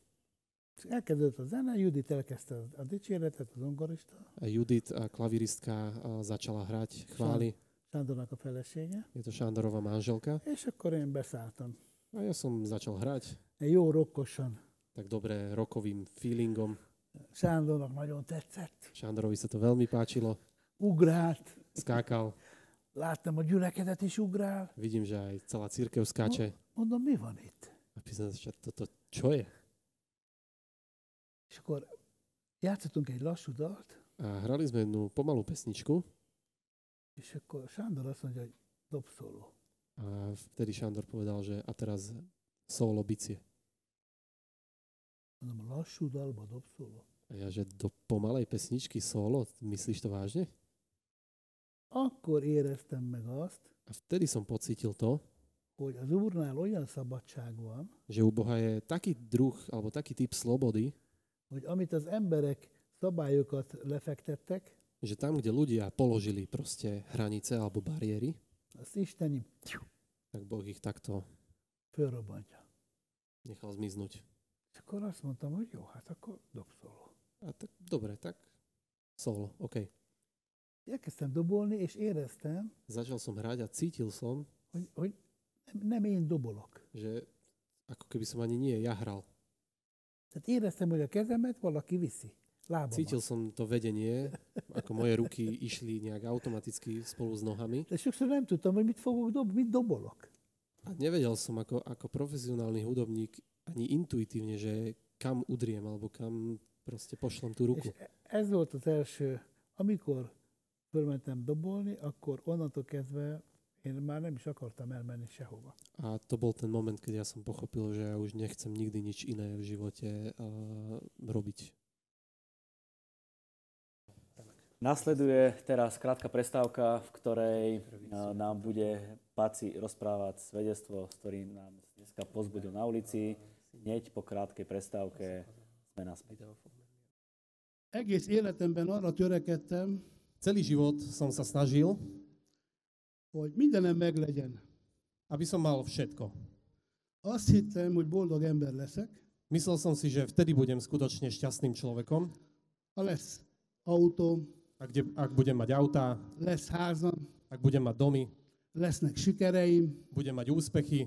Speaker 2: És elkezdődött a zene, Judit elkezdte a dicséretet, a zongorista,
Speaker 4: A Judith, a klaviristka, a začala hrať chvály.
Speaker 2: Sándornak a felesége,
Speaker 4: Je to Šándorová manželka.
Speaker 2: és akkor én beszálltam.
Speaker 4: A ja som začal hrať
Speaker 2: Egy Jó rokkosan.
Speaker 4: tak dobre rokovým feelingom.
Speaker 2: Sándornak nagyon tetszett.
Speaker 4: Šándorovi sa to veľmi páčilo.
Speaker 2: Ugrált,
Speaker 4: Skákal.
Speaker 2: láttam a gyülekezet is ugrál.
Speaker 4: Vidím, že aj celá církev skáče.
Speaker 2: Mondom, mi van itt?
Speaker 4: A pýtam sa, že toto čo je?
Speaker 2: És akkor játszottunk egy lassú dalt,
Speaker 4: A hrali sme jednu pomalú pesničku
Speaker 2: és akkor Sándor azt mondja, hogy dobszóló.
Speaker 4: a vtedy Šándor povedal, že a teraz solo bicie.
Speaker 2: Mondom, a lassú dalba dobszóló.
Speaker 4: A ja, že do pomalej pesničky solo, myslíš to vážne?
Speaker 2: Akkor éreztem meg azt,
Speaker 4: A vtedy som pocítil to,
Speaker 2: hogy az Úrnál olyan szabadság van,
Speaker 4: že u Boha je taký druh alebo taký typ slobody,
Speaker 2: hogy amit az emberek szabályokat lefektettek,
Speaker 4: že tam, kde ľudia položili proste hranice alebo bariéry,
Speaker 2: az Isteni
Speaker 4: tak Boh ich takto
Speaker 2: fölrobbantja.
Speaker 4: nechal zmiznúť.
Speaker 2: És akkor azt mondtam, hogy jó, hát akkor dobszoló.
Speaker 4: A tak, dobre, tak solo, OK.
Speaker 2: Elkezdtem dobolni, és éreztem,
Speaker 4: Začal som hrať a cítil som,
Speaker 2: hogy, hogy nem, nem én dobolok.
Speaker 4: že ako keby som ani nie, ja hral.
Speaker 2: Tehát éreztem, hogy a kezemet valaki viszi. Lábamat.
Speaker 4: Cítil som to vedenie, ako moje ruky išli nejak automaticky spolu s nohami
Speaker 2: De sokszor nem tudtam, hogy mit fogok dob, mit dobolok.
Speaker 4: a nevedel som ako, ako profesionálny hudobník ani intuitívne, že kam udriem alebo kam proste pošlem tú ruku.
Speaker 2: És ez volt az első, amikor fölmentem dobolni, akkor onnantól kezdve én már nem is akartam elmenni sehova.
Speaker 4: A to bol ten moment, keď ja som pochopil, že ja už nechcem nikdy nič iné v živote a, robiť.
Speaker 1: Nasleduje teraz krátka prestávka, v ktorej a, nám bude Paci rozprávať svedectvo, s ktorým nám dneska pozbudil na ulici. Hneď po krátkej prestávke sme naspäť.
Speaker 3: videó fog menni.
Speaker 5: Egész életemben arra törekedtem,
Speaker 4: Celý život som sa snažil,
Speaker 5: hogy mindenem meglegyen.
Speaker 4: aby som mal všetko.
Speaker 5: Azt hittem, hogy boldog ember leszek,
Speaker 4: Myslel som si, že vtedy budem skutočne šťastným človekom
Speaker 5: ha lesz autóm,
Speaker 4: a kde, ak budem mať autá,
Speaker 5: lesz házam,
Speaker 4: ak budem mať domy,
Speaker 5: lesznek sikereim,
Speaker 4: budem mať úspechy,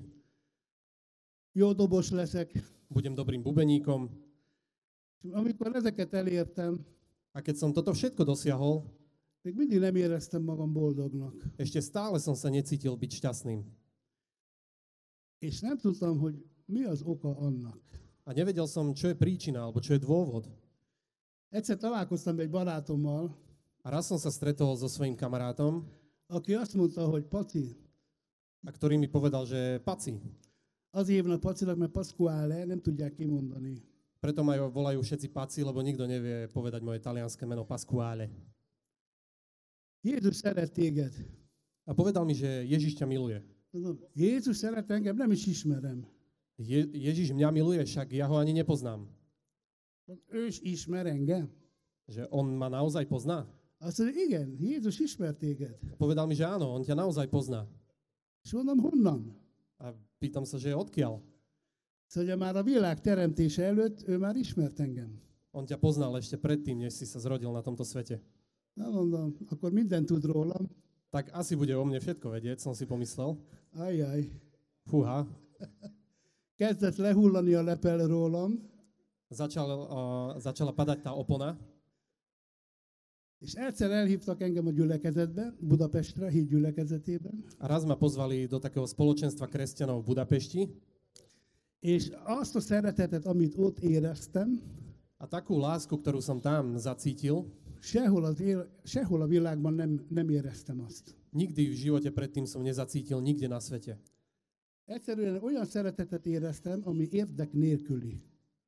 Speaker 5: jó dobos leszek.
Speaker 4: budem dobrým bubeníkom.
Speaker 5: És amikor ezeket elértem,
Speaker 4: A keď som toto všetko dosiahol,
Speaker 5: még mindig nem éreztem magam boldognak.
Speaker 4: ešte stále som sa necítil byť šťastným.
Speaker 5: És nem tudtam, hogy mi az oka annak.
Speaker 4: A nevedel som, čo je príčina alebo čo je dôvod.
Speaker 5: Egyszer találkoztam egy barátommal,
Speaker 4: A raz som sa stretol so svojím kamarátom,
Speaker 5: aki azt mondta, hogy Pati,
Speaker 4: a ktorý mi povedal, že Paci,
Speaker 5: az évnek Pacinak, mert Pasquale, nem tudják kimondani.
Speaker 4: Preto ma ju- volajú všetci Paci, lebo nikto nevie povedať moje talianské meno Pasquale.
Speaker 5: Jézus szeret téged.
Speaker 4: A povedal mi, že Ježiš ťa miluje.
Speaker 5: Mondom, Jézus szeret engem, nem is ismerem.
Speaker 4: Je, Ježiš mňa miluje, však ja ho ani nepoznám.
Speaker 5: Ő is ismer engem.
Speaker 4: Že on ma naozaj pozná.
Speaker 5: Azt mondja, igen, Jézus ismer téged.
Speaker 4: A povedal mi, že áno, on ťa naozaj pozná.
Speaker 5: És mondom, honnan?
Speaker 4: A pýtam sa, že odkiaľ.
Speaker 5: Szóval ugye már a világ teremtése előtt ő már ismert engem.
Speaker 4: On ťa poznal ešte predtým, než si sa zrodil na tomto svete.
Speaker 5: Na mondom, akkor mindent tud rólam.
Speaker 4: Tak asi bude o mne všetko vedieť, som si pomyslel.
Speaker 5: Ajaj.
Speaker 4: Fúha.
Speaker 5: Kezdett lehullani a lepel rólam,
Speaker 4: Začal, uh, začala padať tá opona
Speaker 5: és egyszer elhívtak engem a gyülekezetbe, Budapestre, híd gyülekezetében,
Speaker 4: a raz ma pozvali do takého spoločenstva kresťanov v Budapešti
Speaker 5: és azt a szeretetet, amit ott éreztem,
Speaker 4: a takú lásku, ktorú som tam zacítil,
Speaker 5: sehol, az él, sehol a világban nem, nem éreztem azt.
Speaker 4: Nikdy v živote predtým som nezacítil nikde na svete.
Speaker 5: Egyszerűen olyan szeretetet éreztem, ami érdek nélküli.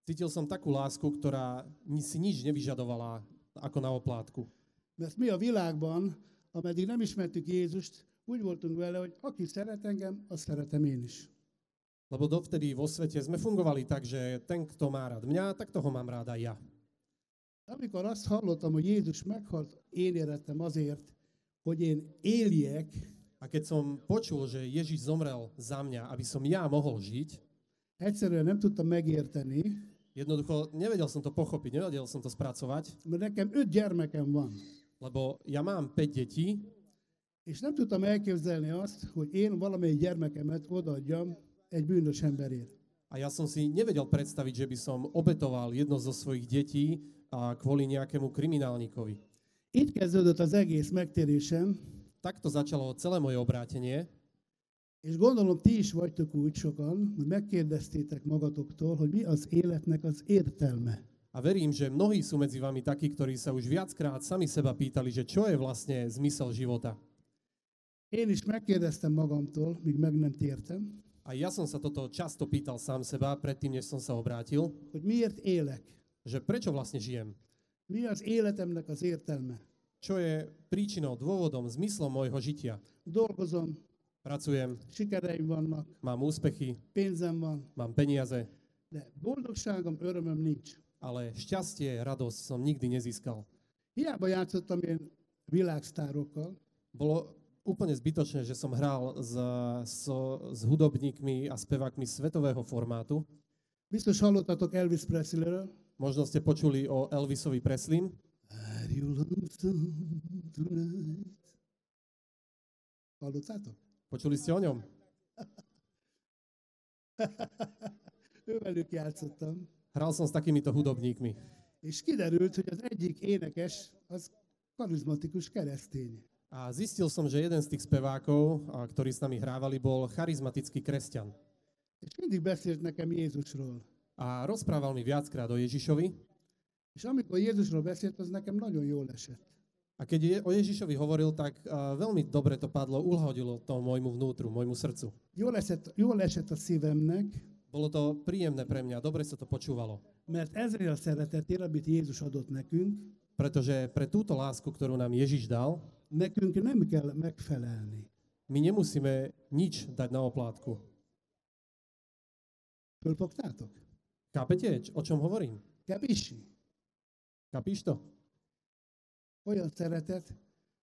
Speaker 4: Cítil som takú lásku, ktorá ni- si nič nevyžadovala ako na oplátku.
Speaker 5: Mert mi a világban, ameddig nem ismertük Jézust, úgy voltunk vele, hogy aki szeret engem, azt szeretem én is.
Speaker 4: Lebo dovtedy vo svete sme fungovali tak, že ten, kto má rád mňa, tak toho mám rád aj ja.
Speaker 5: Amikor azt hallottam, hogy Jézus meghalt, én érettem azért, hogy én éljek,
Speaker 4: A keď som počul, že Ježiš zomrel za mňa, aby som ja mohol žiť,
Speaker 5: egyszerűen nem tudtam megérteni,
Speaker 4: jednoducho nevedel som to pochopiť, nevedel som to spracovať,
Speaker 5: mert nekem öt gyermekem van.
Speaker 4: lebo ja mám 5 detí
Speaker 5: És nem tudtam elképzelni azt, hogy én valamelyik gyermekemet odaadjam egy bűnös emberért.
Speaker 4: a ja som si nevedel predstaviť, že by som obetoval jedno zo svojich detí a kvôli nejakému kriminálnikovi.
Speaker 5: Itt kezdődött az egész megtérésem,
Speaker 4: Takto začalo celé moje obrátenie
Speaker 5: és gondolom ti is vagytok úgy sokan, hogy megkérdeztétek magatoktól, hogy mi az életnek az értelme.
Speaker 4: a verím, že mnohí sú medzi vami takí, ktorí sa už viackrát sami seba pýtali, že čo je vlastne zmysel života.
Speaker 5: Én is megkérdeztem magamtól, míg meg nem tértem,
Speaker 4: A ja som sa toto často pýtal sám seba, predtým, než som sa obrátil,
Speaker 5: hogy miért élek,
Speaker 4: že prečo vlastne žijem?
Speaker 5: mi az életemnek az értelme.
Speaker 4: Čo je príčinou, dôvodom, zmyslom môjho žitia?
Speaker 5: Dolgozom,
Speaker 4: Pracujem,
Speaker 5: sikereim vannak,
Speaker 4: mám úspechy,
Speaker 5: pénzem van,
Speaker 4: mám peniaze,
Speaker 5: de boldogságom, örömöm nincs.
Speaker 4: ale šťastie, radosť som nikdy nezískal.
Speaker 5: Hiába játszottam én világsztárokkal,
Speaker 4: Bolo úplne zbytočné, že som hral s, so, s hudobníkmi a spevákmi svetového formátu.
Speaker 5: biztos hallottatok Elvis Presleyről.
Speaker 4: Možno ste počuli o Elvisovi Preslim.
Speaker 5: Are you lonesome tonight? Hallottátok?
Speaker 4: Počuli ste o ňom?
Speaker 5: Ővelük játszottam,
Speaker 4: Hral som s takýmito hudobníkmi.
Speaker 5: és kiderült, hogy az egyik énekes az karizmatikus keresztény.
Speaker 4: A zistil som, že jeden z tých spevákov, a, ktorí s nami hrávali, bol charizmatický kresťan.
Speaker 5: És mindig beszélt nekem Jézusról.
Speaker 4: A rozprával mi viackrát o Ježišovi.
Speaker 5: És amikor Jézusról beszélt, az nekem nagyon jól esett.
Speaker 4: A keď je, o Ježišovi hovoril, tak a, veľmi dobre to padlo, uhodilo to môjmu vnútru, môjmu srdcu.
Speaker 5: Jól esett, jól esett a szívemnek,
Speaker 4: Bolo to príjemné pre mňa, dobre sa to počúvalo.
Speaker 5: mert ezért a szeretetért, amit Jézus adott nekünk,
Speaker 4: Pretože pre túto lásku, ktorú nám Ježiš dal,
Speaker 5: nekünk nem kell megfelelni.
Speaker 4: my nemusíme nič dať na oplátku.
Speaker 5: Fölfogtátok?
Speaker 4: Chápete, č- o čom hovorím?
Speaker 5: Kevési.
Speaker 4: Kapíš to?
Speaker 5: Olyan szeretet,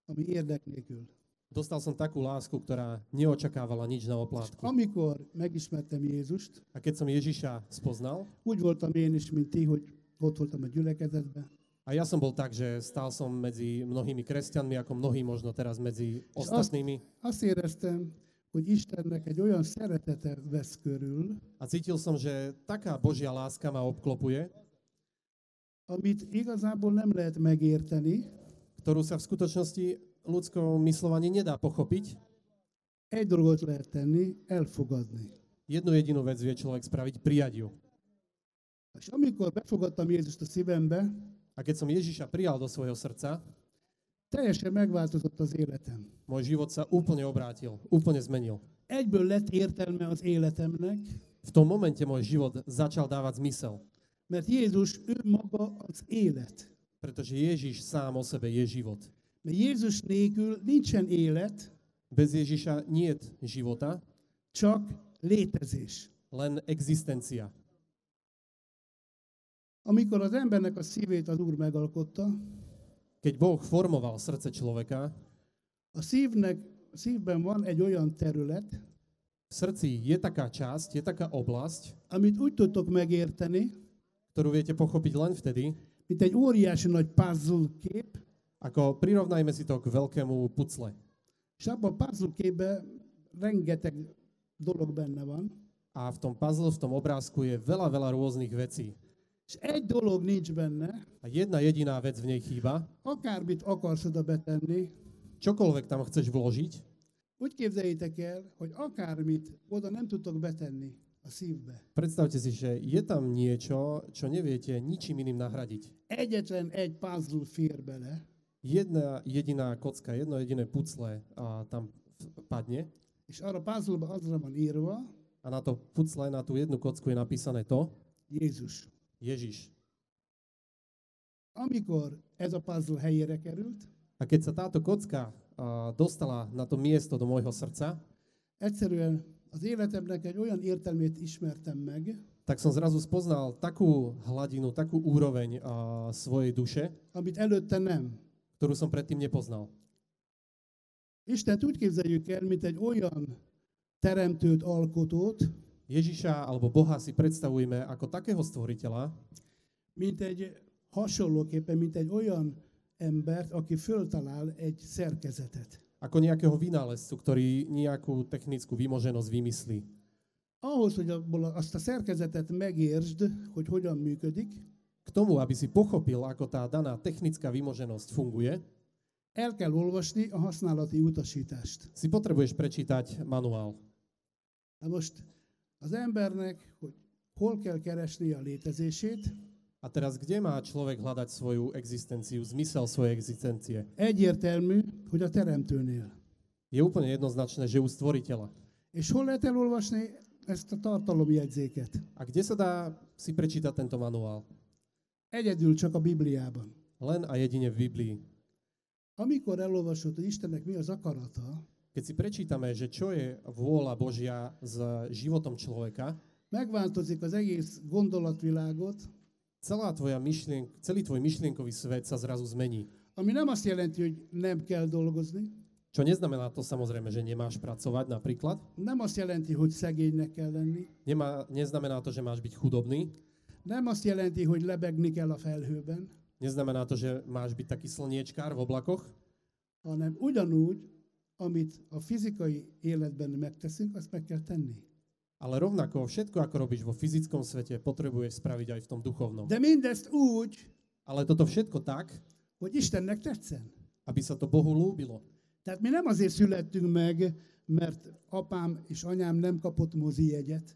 Speaker 5: ami érdek nélkül.
Speaker 4: Dostal som takú lásku, ktorá neočakávala nič na oplátku.
Speaker 5: Amikor megismertem Jézust,
Speaker 4: A keď som Ježiša spoznal,
Speaker 5: úgy voltam én is, mint ti, hogy ott voltam a gyülekezetben,
Speaker 4: a ja som bol tak, že stál som medzi mnohými kresťanmi, ako mnohí možno teraz medzi ostatnými.
Speaker 5: azt éreztem, hogy Istennek egy olyan szeretete vesz körül,
Speaker 4: A cítil som, že taká Božia láska ma obklopuje,
Speaker 5: amit igazából nem lehet megérteni,
Speaker 4: ktorú sa v skutočnosti ľudskou myslou ani nedá pochopiť.
Speaker 5: egy dolgot lehet tenni, elfogadni.
Speaker 4: Jednu jedinú vec vie človek spraviť, prijať ju.
Speaker 5: És amikor befogadtam Jézust a szívembe,
Speaker 4: A keď som Ježiša prijal do svojho srdca,
Speaker 5: teljesen megváltozott az életem.
Speaker 4: môj život sa úplne obrátil, úplne zmenil.
Speaker 5: Egyből lett értelme az életemnek,
Speaker 4: V tom momente môj život začal dávať zmysel,
Speaker 5: mert Jézus ő maga az élet.
Speaker 4: pretože Ježiš sám o sebe je život.
Speaker 5: Mert Jézus nélkül nincsen élet,
Speaker 4: Bez Ježiša nie je života,
Speaker 5: csak létezés.
Speaker 4: len existencia.
Speaker 5: Amikor az embernek a szívét az Úr megalkotta,
Speaker 4: Keď Boh formoval srdce človeka,
Speaker 5: a szívnek, a szívben van egy olyan terület,
Speaker 4: v srdci je taká časť, je taká oblasť,
Speaker 5: amit úgy tudtok megérteni,
Speaker 4: ktorú viete pochopiť len vtedy,
Speaker 5: mint egy óriási nagy puzzle kép,
Speaker 4: ako prirovnajme si to k veľkému pucle.
Speaker 5: és abban a puzzle képben rengeteg dolog benne van,
Speaker 4: A v tom puzzle, v tom obrázku je veľa, veľa rôznych vecí.
Speaker 5: és egy dolog nincs benne,
Speaker 4: A jedna jediná vec v nej chýba.
Speaker 5: akármit akarsz oda betenni,
Speaker 4: Čokoľvek tam chceš vložiť,
Speaker 5: Úgy képzeljétek el, hogy akármit oda nem tudtok betenni a szívbe.
Speaker 4: predstavte si, že je tam niečo, čo neviete ničím iným nahradiť.
Speaker 5: Egyetlen egy puzzle fér bele,
Speaker 4: Jedna jediná kocka, jedno jediné pucle a tam f- padne
Speaker 5: és arra a puzzle azra van írva,
Speaker 4: a na to pucle, na tú jednu kocku je napísané to,
Speaker 5: Jézus.
Speaker 4: Ježiš.
Speaker 5: Amikor ez a puzzle helyére került,
Speaker 4: A keď sa táto kocka a, dostala na to miesto do môjho srdca,
Speaker 5: egyszerűen az életemnek egy olyan értelmét ismertem meg,
Speaker 4: tak som zrazu spoznal takú hladinu, takú úroveň a, svojej duše,
Speaker 5: amit előtte nem.
Speaker 4: ktorú som predtým nepoznal.
Speaker 5: Istent úgy képzeljük el, mint egy olyan teremtőt, alkotót,
Speaker 4: Ježiša alebo Boha si predstavujme ako takého stvoriteľa,
Speaker 5: mint egy hasonlóképpen, mint egy olyan embert, aki föltalál egy szerkezetet.
Speaker 4: ako nejakého vynálezcu, ktorý nejakú technickú vymoženosť vymyslí.
Speaker 5: Ahhoz, hogy abból azt a szerkezetet megértsd, hogy hogyan működik,
Speaker 4: K tomu, aby si pochopil, ako tá daná technická vymoženosť funguje,
Speaker 5: el kell olvasni a használati utasítást.
Speaker 4: si potrebuješ prečítať manuál.
Speaker 5: Na most az embernek, hogy hol kell keresni a létezését,
Speaker 4: A teraz, kde má človek hľadať svoju existenciu, zmysel svojej existencie?
Speaker 5: egyértelmű, hogy a teremtőnél.
Speaker 4: Je úplne jednoznačné, že u stvoriteľa.
Speaker 5: És hol lehet elolvasni ezt a tartalomjegyzéket?
Speaker 4: A kde sa dá si prečítať tento manuál?
Speaker 5: Egyedül csak a Bibliában.
Speaker 4: Len a jedine v Biblii.
Speaker 5: Amikor elolvasod, hogy Istennek mi az akarata,
Speaker 4: Keď si prečítame, že čo je vôľa Božia s životom človeka,
Speaker 5: megváltozik az egész gondolatvilágot,
Speaker 4: celá tvoja myšlien- celý tvoj myšlienkový svet sa zrazu zmení.
Speaker 5: ami nem azt jelenti, hogy nem kell dolgozni,
Speaker 4: Čo neznamená to samozrejme, že nemáš pracovať napríklad.
Speaker 5: nem azt jelenti, hogy szegénynek kell lenni,
Speaker 4: Nemá, neznamená to, že máš byť chudobný.
Speaker 5: nem azt jelenti, hogy lebegni kell a felhőben,
Speaker 4: Neznamená to, že máš byť taký slniečkár v oblakoch.
Speaker 5: hanem ugyanúgy, amit a fizikai életben megteszünk, azt meg kell tenni.
Speaker 4: Ale rovnako všetko, ako robíš vo fyzickom svete, potrebuješ spraviť aj v tom duchovnom.
Speaker 5: De mindezt úgy,
Speaker 4: Ale toto všetko tak,
Speaker 5: hogy Istennek tetszen.
Speaker 4: aby sa to Bohu lúbilo.
Speaker 5: Tehát mi nem azért születtünk meg, mert apám és anyám nem kapott mozi jegyet,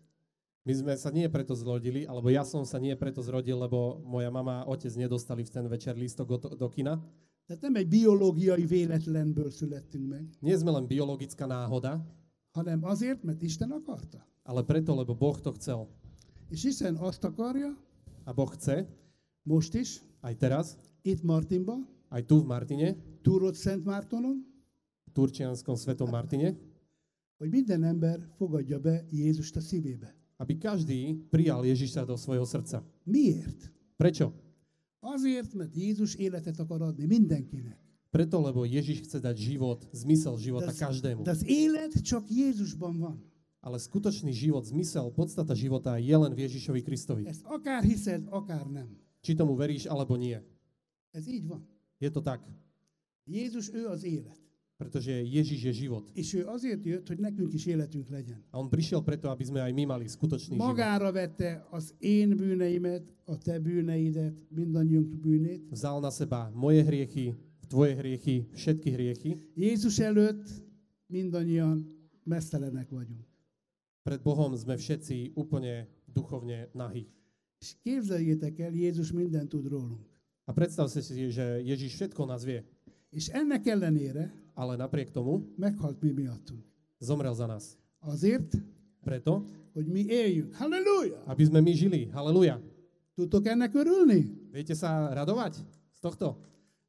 Speaker 4: My sme sa nie preto zrodili, alebo ja som sa nie preto zrodil, lebo moja mama a otec nedostali v ten večer lístok od- do kina.
Speaker 5: Tehát nem egy biológiai véletlenből születtünk meg,
Speaker 4: Nie sme len biologická náhoda,
Speaker 5: hanem azért, mert Isten akarta.
Speaker 4: ale preto, lebo Boh to chcel.
Speaker 5: És Isten azt akarja,
Speaker 4: A Boh chce,
Speaker 5: most is,
Speaker 4: aj teraz,
Speaker 5: itt Martinba,
Speaker 4: aj tu v Martine,
Speaker 5: Túrott Szent Mártonon,
Speaker 4: v Turčianskom svetom Martine,
Speaker 5: hogy minden ember fogadja be Jézust a szívébe.
Speaker 4: aby každý prijal Ježiša do svojho srdca.
Speaker 5: Miért?
Speaker 4: Prečo?
Speaker 5: Azért, mert Jézus életet akar adni mindenkinek.
Speaker 4: Preto, lebo Ježiš chce dať život, zmysel
Speaker 5: De
Speaker 4: života
Speaker 5: az,
Speaker 4: každému.
Speaker 5: de az élet csak Jézusban van.
Speaker 4: Ale skutočný život, zmysel, podstata života je len v Ježišovi Kristovi.
Speaker 5: Ezt akár hiszed, akár nem.
Speaker 4: Či tomu veríš alebo nie.
Speaker 5: Ez így van.
Speaker 4: Je to tak,
Speaker 5: Jézus ő az élet.
Speaker 4: pretože Ježiš je život.
Speaker 5: És ő azért jött, hogy nekünk is életünk legyen.
Speaker 4: A on prišiel preto, aby sme aj my mali skutočný život.
Speaker 5: Magára vette az én bűneimet, a te bűneidet, mindannyiunk bűnét.
Speaker 4: Vzal na seba moje hriechy, tvoje hriechy, všetky hriechy.
Speaker 5: Jézus előtt mindannyian mesztelenek vagyunk.
Speaker 4: Pred Bohom sme všetci úplne duchovne nahy.
Speaker 5: És képzeljétek el, Jézus mindent tud rólunk.
Speaker 4: A predstav si, že Ježiš všetko o nás vie,
Speaker 5: És ennek ellenére
Speaker 4: ale napriek tomu
Speaker 5: meghalt mi miattunk.
Speaker 4: zomrel za nás.
Speaker 5: Azért,
Speaker 4: Preto,
Speaker 5: hogy mi éljünk. Halleluja!
Speaker 4: aby sme my žili. Haleluja.
Speaker 5: Tudtok ennek örülni?
Speaker 4: Viete sa radovať z tohto?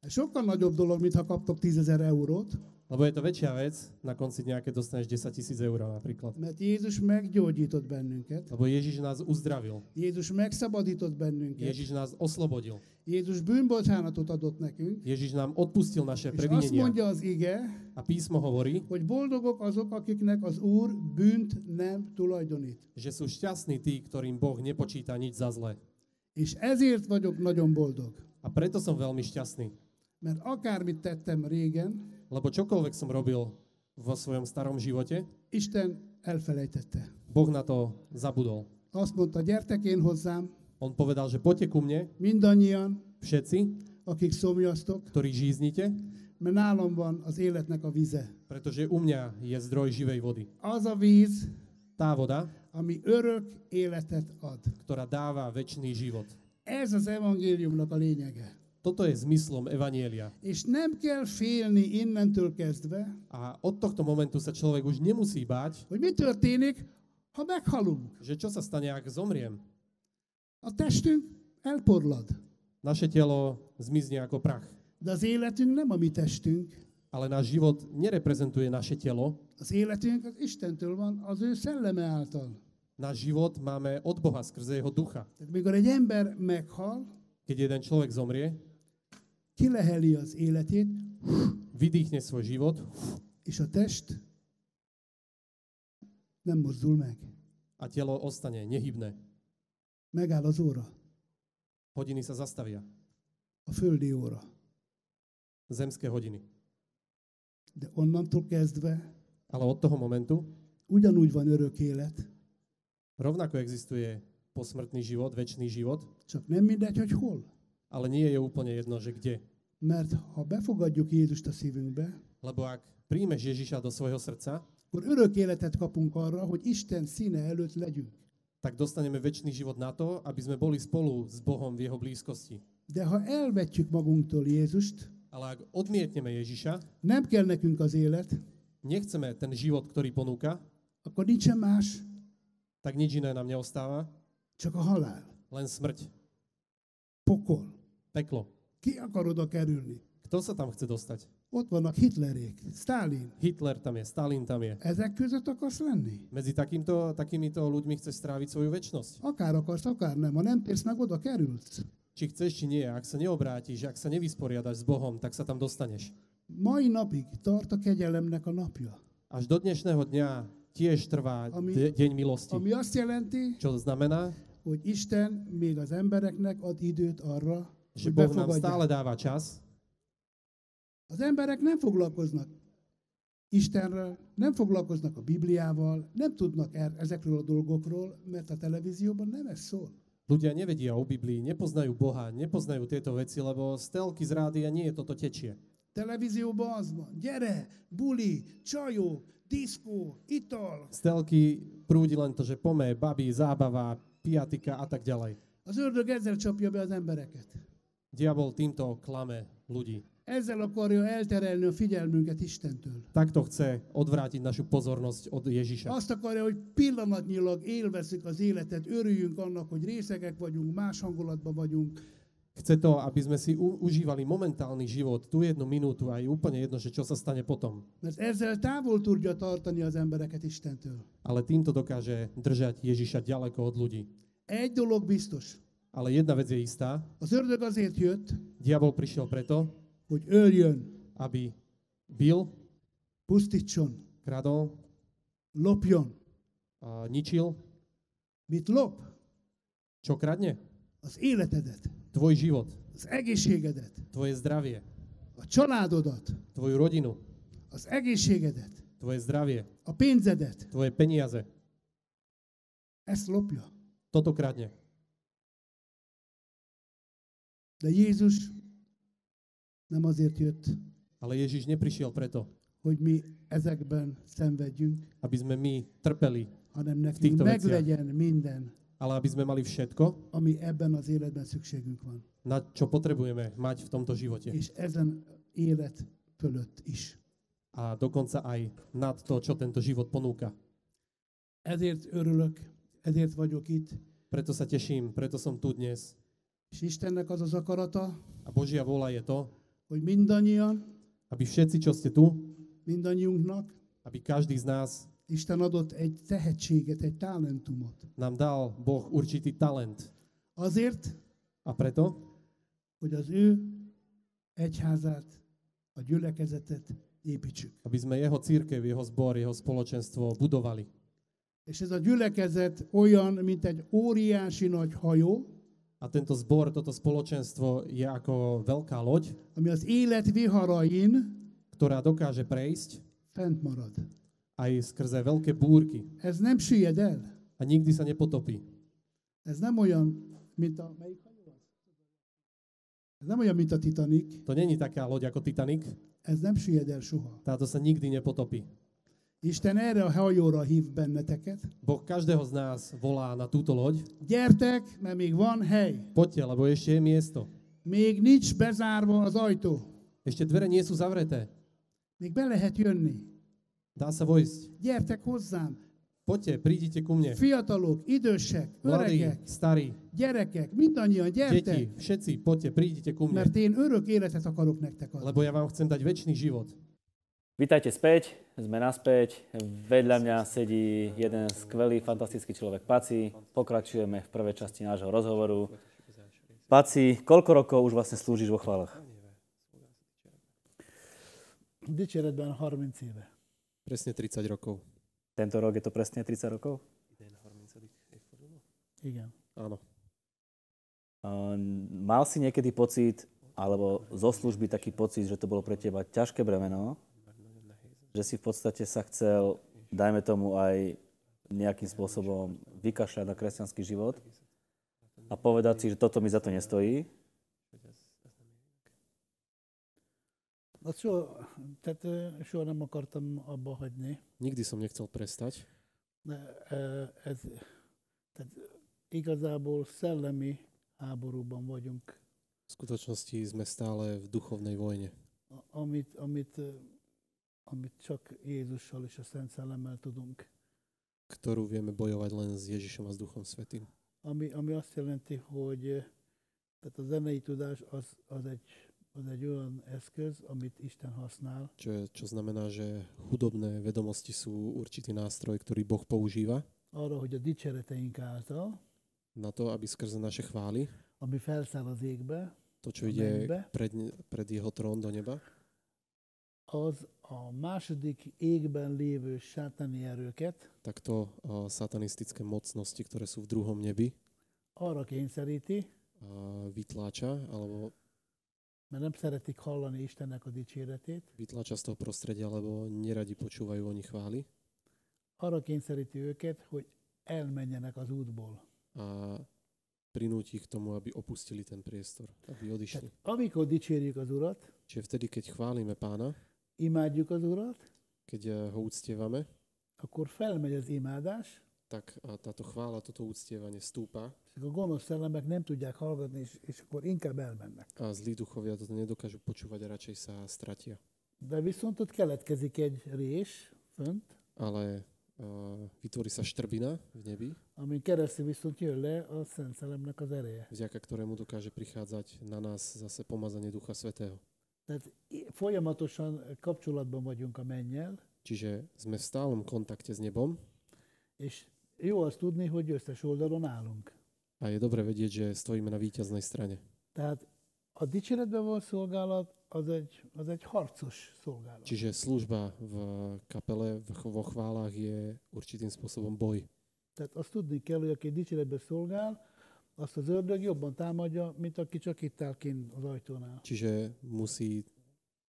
Speaker 5: Ez sokkal nagyobb dolog, mintha kaptok 10.000 eurót,
Speaker 4: Lebo je to väčšia vec, na konci dňa, keď dostaneš 10 tisíc eur napríklad.
Speaker 5: mert Jézus meggyógyított bennünket.
Speaker 4: Lebo Ježiš nás uzdravil.
Speaker 5: Jézus megszabadított bennünket.
Speaker 4: Ježiš nás oslobodil.
Speaker 5: Jézus bűnbocsánatot adott nekünk.
Speaker 4: Ježiš nám odpustil naše
Speaker 5: És azt
Speaker 4: previnenia.
Speaker 5: mondja az ige,
Speaker 4: A písmo hovorí,
Speaker 5: hogy boldogok azok, akiknek az Úr bűnt nem tulajdonít.
Speaker 4: že sú šťastní tí, ktorým Boh nepočíta nič za zlé.
Speaker 5: És ezért vagyok nagyon boldog.
Speaker 4: A preto som veľmi šťastný.
Speaker 5: Mert akármit tettem régen,
Speaker 4: Lebo čokoľvek som robil vo svojom starom živote,
Speaker 5: Isten elfelejtette.
Speaker 4: Boh na to zabudol.
Speaker 5: Azt mondta, gyertek én hozzám,
Speaker 4: On povedal, že poďte ku mne,
Speaker 5: mindannyian,
Speaker 4: všetci,
Speaker 5: akik szomjaztok,
Speaker 4: ktorí žíznite,
Speaker 5: mert nálam van az életnek a vize.
Speaker 4: pretože u mňa je zdroj živej vody.
Speaker 5: Az a víz,
Speaker 4: Tá voda,
Speaker 5: ami örök életet ad.
Speaker 4: ktorá dáva väčší život.
Speaker 5: Ez az evangéliumnak a lényege.
Speaker 4: Toto je zmyslom Evanielia.
Speaker 5: És nem kell félni innentől kezdve,
Speaker 4: A od tohto momentu sa človek už nemusí báť,
Speaker 5: hogy mi történik, ha meghalunk.
Speaker 4: že čo sa stane, ak zomriem.
Speaker 5: A testünk elporlad,
Speaker 4: Naše telo zmizne ako prach.
Speaker 5: de az életünk nem a mi testünk.
Speaker 4: Ale náš život nereprezentuje naše telo.
Speaker 5: Az életünk az Istentől van, az ő szelleme által.
Speaker 4: Náš život máme od Boha skrze jeho ducha.
Speaker 5: Tehát mikor egy ember meghal,
Speaker 4: Keď jeden človek zomrie,
Speaker 5: kileheli az életét,
Speaker 4: vydýchne svoj život
Speaker 5: és a test nem mozdul meg.
Speaker 4: a telo ostane nehybné.
Speaker 5: Megáll az óra,
Speaker 4: Hodiny sa zastavia.
Speaker 5: a földi óra.
Speaker 4: Zemské hodiny.
Speaker 5: De onnantól kezdve
Speaker 4: Ale od toho momentu
Speaker 5: ugyanúgy van örök élet,
Speaker 4: rovnako existuje posmrtný život, väčší život,
Speaker 5: csak nem mindegy, hogy hol.
Speaker 4: ale nie je úplne jedno, že kde.
Speaker 5: Mert ha befogadjuk Jézust a szívünkbe,
Speaker 4: Lebo ak príjmeš Ježiša do svojho srdca,
Speaker 5: akkor örök életet kapunk arra, hogy Isten színe előtt legyünk.
Speaker 4: tak dostaneme väčší život na to, aby sme boli spolu s Bohom v jeho blízkosti.
Speaker 5: De ha elvetjük magunktól Jézust,
Speaker 4: Ale ak odmietneme Ježiša,
Speaker 5: nem kell nekünk az élet,
Speaker 4: nechceme ten život, ktorý ponúka,
Speaker 5: akkor nincsen más,
Speaker 4: tak nič iné nám neostáva,
Speaker 5: csak a halál,
Speaker 4: len smrť,
Speaker 5: pokol.
Speaker 4: peklo.
Speaker 5: Ki akar oda kerülni?
Speaker 4: Kto sa tam chce dostať?
Speaker 5: Ott vannak Hitlerék, Stalin.
Speaker 4: Hitler tam je, Stalin tam je.
Speaker 5: Ezek között akarsz lenni?
Speaker 4: Medzi takýmto, takýmito ľuďmi chceš stráviť svoju väčnosť.
Speaker 5: Akár akarsz, akár nem. Ha nem térsz meg, oda kerülsz.
Speaker 4: Či chceš, či nie. Ak sa neobrátiš, ak sa nevysporiadaš s Bohom, tak sa tam dostaneš.
Speaker 5: Mai napig tart a kegyelemnek a napja.
Speaker 4: Až do dnešného dňa tiež trvá
Speaker 5: Ami-
Speaker 4: de- deň milosti.
Speaker 5: Ami azt jelenti,
Speaker 4: Čo znamená,
Speaker 5: hogy Isten még az embereknek ad időt arra,
Speaker 4: že
Speaker 5: hogy
Speaker 4: Boh nám
Speaker 5: befogadják.
Speaker 4: stále dáva čas.
Speaker 5: Az emberek nem foglalkoznak Istenről, nem foglalkoznak a Bibliával, nem tudnak er- ezekről a dolgokról, mert a televízióban nem ez szól.
Speaker 4: Ľudia nevedia o Biblii, nepoznajú Boha, nepoznajú tieto veci, lebo z telky, z rádia nie toto tečie.
Speaker 5: Televízióban az van, gyere, buli, csajok, diszkó, ital.
Speaker 4: Z telky prúdi len to, že pome, babi, zábava, piatika a tak ďalej.
Speaker 5: Az ördög ezzel csapja be az embereket.
Speaker 4: Diabol týmto klame ľudí.
Speaker 5: Ezzel akarja elterelni a figyelmünket Istentől.
Speaker 4: Takto chce odvrátiť našu pozornosť od Ježiša.
Speaker 5: Azt akarja, hogy pillanatnyilag élvezzük az életet, örüljünk annak, hogy részegek vagyunk, más hangulatban vagyunk.
Speaker 4: Chce to, aby sme si u- užívali momentálny život, tú jednu minútu a je úplne jedno, že čo sa stane potom.
Speaker 5: Mert ezzel távol tudja tartani az embereket Istentől.
Speaker 4: Ale týmto dokáže držať Ježiša ďaleko od ľudí.
Speaker 5: Egy dolog biztos.
Speaker 4: Ale jedna vec je istá.
Speaker 5: Az ördög azért jött,
Speaker 4: Diabol prišiel preto,
Speaker 5: hogy öljön,
Speaker 4: aby bil,
Speaker 5: pusztítson,
Speaker 4: kradol,
Speaker 5: lopjon.
Speaker 4: a ničil,
Speaker 5: Mit lop?
Speaker 4: čo kradne?
Speaker 5: Az életedet,
Speaker 4: Tvoj život,
Speaker 5: az egészségedet,
Speaker 4: tvoje zdravie,
Speaker 5: a családodat,
Speaker 4: tvoju rodinu,
Speaker 5: az egészségedet,
Speaker 4: tvoje zdravie,
Speaker 5: a pénzedet.
Speaker 4: tvoje peniaze.
Speaker 5: Ezt lopja.
Speaker 4: Toto kradne.
Speaker 5: De Jézus nem azért jött,
Speaker 4: Ale Ježiš neprišiel preto,
Speaker 5: hogy mi ezekben szenvedjünk,
Speaker 4: aby sme my trpeli,
Speaker 5: hanem nekünk
Speaker 4: Tiszta Messiás.
Speaker 5: meglegyen minden,
Speaker 4: ale aby sme mali všetko,
Speaker 5: ami ebben az életben szükségünk van.
Speaker 4: na čo potrebujeme mať v tomto živote.
Speaker 5: És ezen élet fölött is.
Speaker 4: A dokonca aj nad to, čo tento život ponúka.
Speaker 5: Ezért örülök, ezért vagyok itt,
Speaker 4: Preto sa teším, preto som tu dnes.
Speaker 5: és Istennek az az akarata,
Speaker 4: A Božia vôľa je to,
Speaker 5: hogy mindannyian,
Speaker 4: aby všetci, čo ste tu,
Speaker 5: mindannyiunknak
Speaker 4: aby každý z nás
Speaker 5: Isten adott egy tehetséget, egy talentumot.
Speaker 4: nám dal Boh určitý talent.
Speaker 5: Azért,
Speaker 4: A preto,
Speaker 5: hogy az ő egyházát, a gyülekezetet építsük.
Speaker 4: aby sme jeho církev, jeho zbor, jeho spoločenstvo budovali.
Speaker 5: És ez a gyülekezet olyan, mint egy óriási nagy hajó,
Speaker 4: A tento zbor, toto spoločenstvo je ako veľká loď,
Speaker 5: ami az élet viharain
Speaker 4: ktorá dokáže prejsť
Speaker 5: fent marad.
Speaker 4: aj skrze veľké búrky
Speaker 5: Ez nem süllyed el.
Speaker 4: a nikdy sa nepotopí.
Speaker 5: Ez nem olyan, mint a... Melyik hajó az? Ez nem olyan, mint a Titanic.
Speaker 4: To není taká loď ako Titanic,
Speaker 5: Ez nem süllyed el soha.
Speaker 4: táto sa nikdy nepotopí.
Speaker 5: Isten erre a hajóra hív benneteket.
Speaker 4: Boh každého z nás volá na túto loď.
Speaker 5: Gyertek, mert még van hely.
Speaker 4: Poďte, lebo ešte je miesto.
Speaker 5: Még nincs bezárva az ajtó.
Speaker 4: Ešte dvere nie sú zavreté.
Speaker 5: Még be lehet jönni.
Speaker 4: Dá sa vojsť.
Speaker 5: Gyertek hozzám.
Speaker 4: Poďte, prídite ku mne.
Speaker 5: Fiatalok, idősek,
Speaker 4: Mladí,
Speaker 5: öregek,
Speaker 4: starí,
Speaker 5: gyerekek, mindannyian gyertek.
Speaker 4: deti, všetci, poďte, prídite ku mne.
Speaker 5: Mert én örök életet akarok nektek adni.
Speaker 4: Lebo ja vám chcem dať väčší život.
Speaker 1: Vítajte späť, sme naspäť. Vedľa mňa sedí jeden skvelý, fantastický človek, Paci. Pokračujeme v prvej časti nášho rozhovoru.
Speaker 3: Folytassuk az első részt.
Speaker 1: Paci, koľko rokov už vlastne slúžiš vo chválach?
Speaker 3: Hány éve szolgálsz a dicséretben?
Speaker 2: Dicséretben 30 éve.
Speaker 4: Presne 30 rokov.
Speaker 1: Tento rok je to presne 30 rokov?
Speaker 3: Idén 30. évforduló?
Speaker 2: Igen.
Speaker 4: Áno.
Speaker 1: Ehm, Mal si niekedy pocit, alebo zo služby taký pocit, že to bolo pre teba ťažké bremeno,
Speaker 3: Már nagyon nehéz.
Speaker 1: že si v podstate sa chcel, dajme tomu aj nejakým spôsobom vykašľať na kresťanský život
Speaker 3: Egészet látom,
Speaker 1: a povedať si, že toto mi za to nestojí.
Speaker 3: hogy ez, ez nem ér.
Speaker 2: Azt soha, tehát ö, soha nem akartam abba hagyni.
Speaker 4: Nikdy som nechcel prestať.
Speaker 2: De ö, ez, tehát igazából szellemi háborúban vagyunk,
Speaker 4: V skutočnosti sme stále v duchovnej vojne,
Speaker 2: a- amit, amit, ö, amit csak Jézussal és a Szent Szellemmel tudunk.
Speaker 4: ktorú vieme bojovať len s Ježišom a s Duchom Svetým.
Speaker 2: Ami, ami azt jelenti, hogy ö, tehát a zenei tudás az, az egy az egy olyan eszköz, amit Isten használ,
Speaker 4: Čo, je, čo znamená, že hudobné vedomosti sú určitý nástroj, ktorý Boh používa
Speaker 2: arra, hogy a dicséreteink által,
Speaker 4: na to, aby skrze naše chvály,
Speaker 2: ami felszáll az égbe,
Speaker 4: to, čo
Speaker 2: A
Speaker 4: ide
Speaker 2: mennybe?
Speaker 4: pred, pred jeho trón do neba,
Speaker 2: az a második égben lévő sátáni erőket
Speaker 4: tak to a, satanistické mocnosti, ktoré sú v druhom nebi,
Speaker 2: arra kényszeríti,
Speaker 4: a, vytláča, alebo
Speaker 2: mert nem szeretik hallani Istennek a dicséretét,
Speaker 4: vytláča z toho prostredia, lebo neradi počúvajú oni chvály
Speaker 2: arra kényszeríti őket, hogy elmenjenek az útból.
Speaker 4: a prinúti ich k tomu, aby opustili ten priestor, aby odišli.
Speaker 2: Tehát amikor dicsérjük az Urat,
Speaker 4: Čiže vtedy, keď chválime pána,
Speaker 2: imádjuk az Urat,
Speaker 4: keď eh, ho uctievame,
Speaker 2: akkor felmegy az imádás,
Speaker 4: tak a táto chvála, toto uctievanie stúpa
Speaker 2: és akkor a gonosz szellemek nem tudják hallgatni, és, és akkor inkább elmennek.
Speaker 4: a zlí duchovia toto nedokážu počúvať a radšej sa stratia.
Speaker 2: De viszont ott keletkezik egy rés fönt,
Speaker 4: Ale a, vytvorí sa štrbina v nebi,
Speaker 2: amin keresztül viszont jön le a Szent Szellemnek az ereje.
Speaker 4: vďaka ktorému dokáže prichádzať na nás zase pomazanie Ducha Svetého.
Speaker 2: Tehát i- folyamatosan kapcsolatban vagyunk a mennyel,
Speaker 4: Čiže sme v stálom kontakte s nebom
Speaker 2: és jó azt tudni, hogy összes oldalon állunk.
Speaker 4: a je dobre vedieť, že stojíme na víťaznej strane.
Speaker 2: Tehát a dicséretben való szolgálat az egy, az egy harcos szolgálat.
Speaker 4: Čiže služba v kapele, v ch- vo chválach je určitým spôsobom boj.
Speaker 2: Tehát azt tudni kell, hogy aki dicséretben szolgál, azt az ördög jobban támadja, mint aki csak itt áll kint az ajtónál.
Speaker 4: Čiže musí,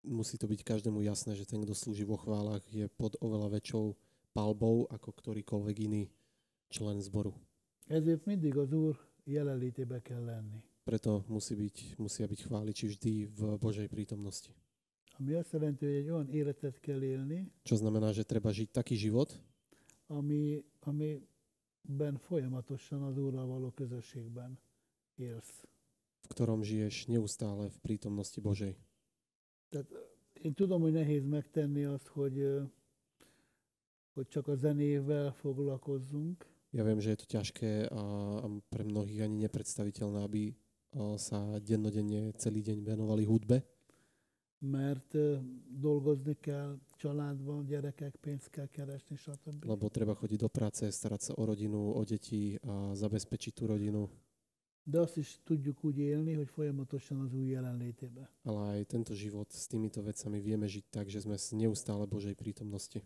Speaker 4: musí to byť každému jasné, že ten, kto slúži vo chválach, je pod oveľa väčšou palbou ako ktorýkoľvek iný člen zboru.
Speaker 2: Ezért mindig az Úr jelenlétébe kell lenni.
Speaker 4: Preto musí byť, musia byť chváliči vždy v Božej prítomnosti.
Speaker 2: Ami azt jelenti, hogy egy olyan életet kell élni,
Speaker 4: Čo znamená, že treba žiť taký život,
Speaker 2: ami, amiben folyamatosan az Úrral való közösségben élsz.
Speaker 4: v ktorom žiješ neustále v prítomnosti Božej.
Speaker 2: Én tudom, hogy nehéz megtenni azt, hogy, ö, hogy csak a zenével foglalkozzunk,
Speaker 4: Ja viem, že je to ťažké a, a pre mnohých ani nepredstaviteľné, aby a, sa dennodenne celý deň venovali hudbe,
Speaker 2: mert ö, dolgozni kell, családban, gyerekek, pénzt kell keresni, stb.
Speaker 4: lebo treba chodiť do práce, starať sa o rodinu, o deti a zabezpečiť tú rodinu.
Speaker 2: De azt is tudjuk úgy élni, hogy folyamatosan az új jelenlétébe.
Speaker 4: Ale aj tento život s týmito vecami vieme žiť tak, že sme s- neustále Božej prítomnosti.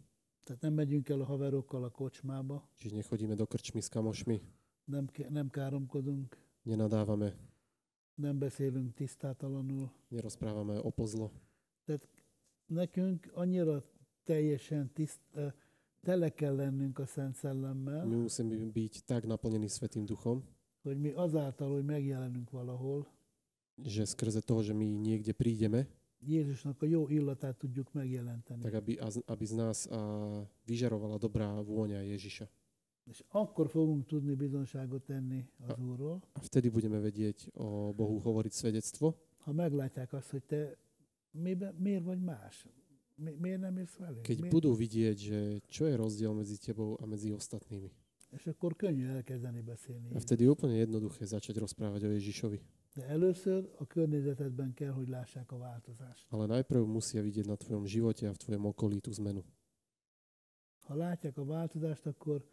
Speaker 2: Tehát nem megyünk el a haverokkal a kocsmába,
Speaker 4: Čiže nechodíme do krčmy s kamošmi,
Speaker 2: nem, ke- nem káromkodunk,
Speaker 4: nenadávame,
Speaker 2: nem beszélünk tisztátalanul.
Speaker 4: nerozprávame o pozlo.
Speaker 2: Nekünk annyira teljesen tiszt, ö, tele kell lennünk a Szent
Speaker 4: My
Speaker 2: Szellemmel,
Speaker 4: musíme byť tak naplnení Svetým Duchom,
Speaker 2: hogy mi azáltal, hogy megjelenünk valahol,
Speaker 4: že skrze toho, že my niekde prídeme,
Speaker 2: Jézusnak a jó illatát tudjuk megjelenteni.
Speaker 4: tak aby, a z- aby z nás a, vyžarovala dobrá vôňa Ježiša.
Speaker 2: És akkor fogunk tudni bizonságot tenni az Úrról,
Speaker 4: A vtedy budeme vedieť o Bohu hovoriť svedectvo,
Speaker 2: ha meglátják azt, hogy te miben, miért vagy más? Mi, miért nem érsz velünk?
Speaker 4: keď
Speaker 2: Miért-
Speaker 4: budú vidieť, že čo je rozdiel medzi tebou a medzi ostatnými.
Speaker 2: És akkor könnyű elkezdeni beszélni.
Speaker 4: A vtedy je úplne jednoduché začať rozprávať o Ježišovi.
Speaker 2: De először a környezetedben kell, hogy lássák a változást.
Speaker 4: Ale najprv musia vidieť na tvojom živote a v tvojom okolí tú zmenu.
Speaker 2: Ha látják a változást, akkor,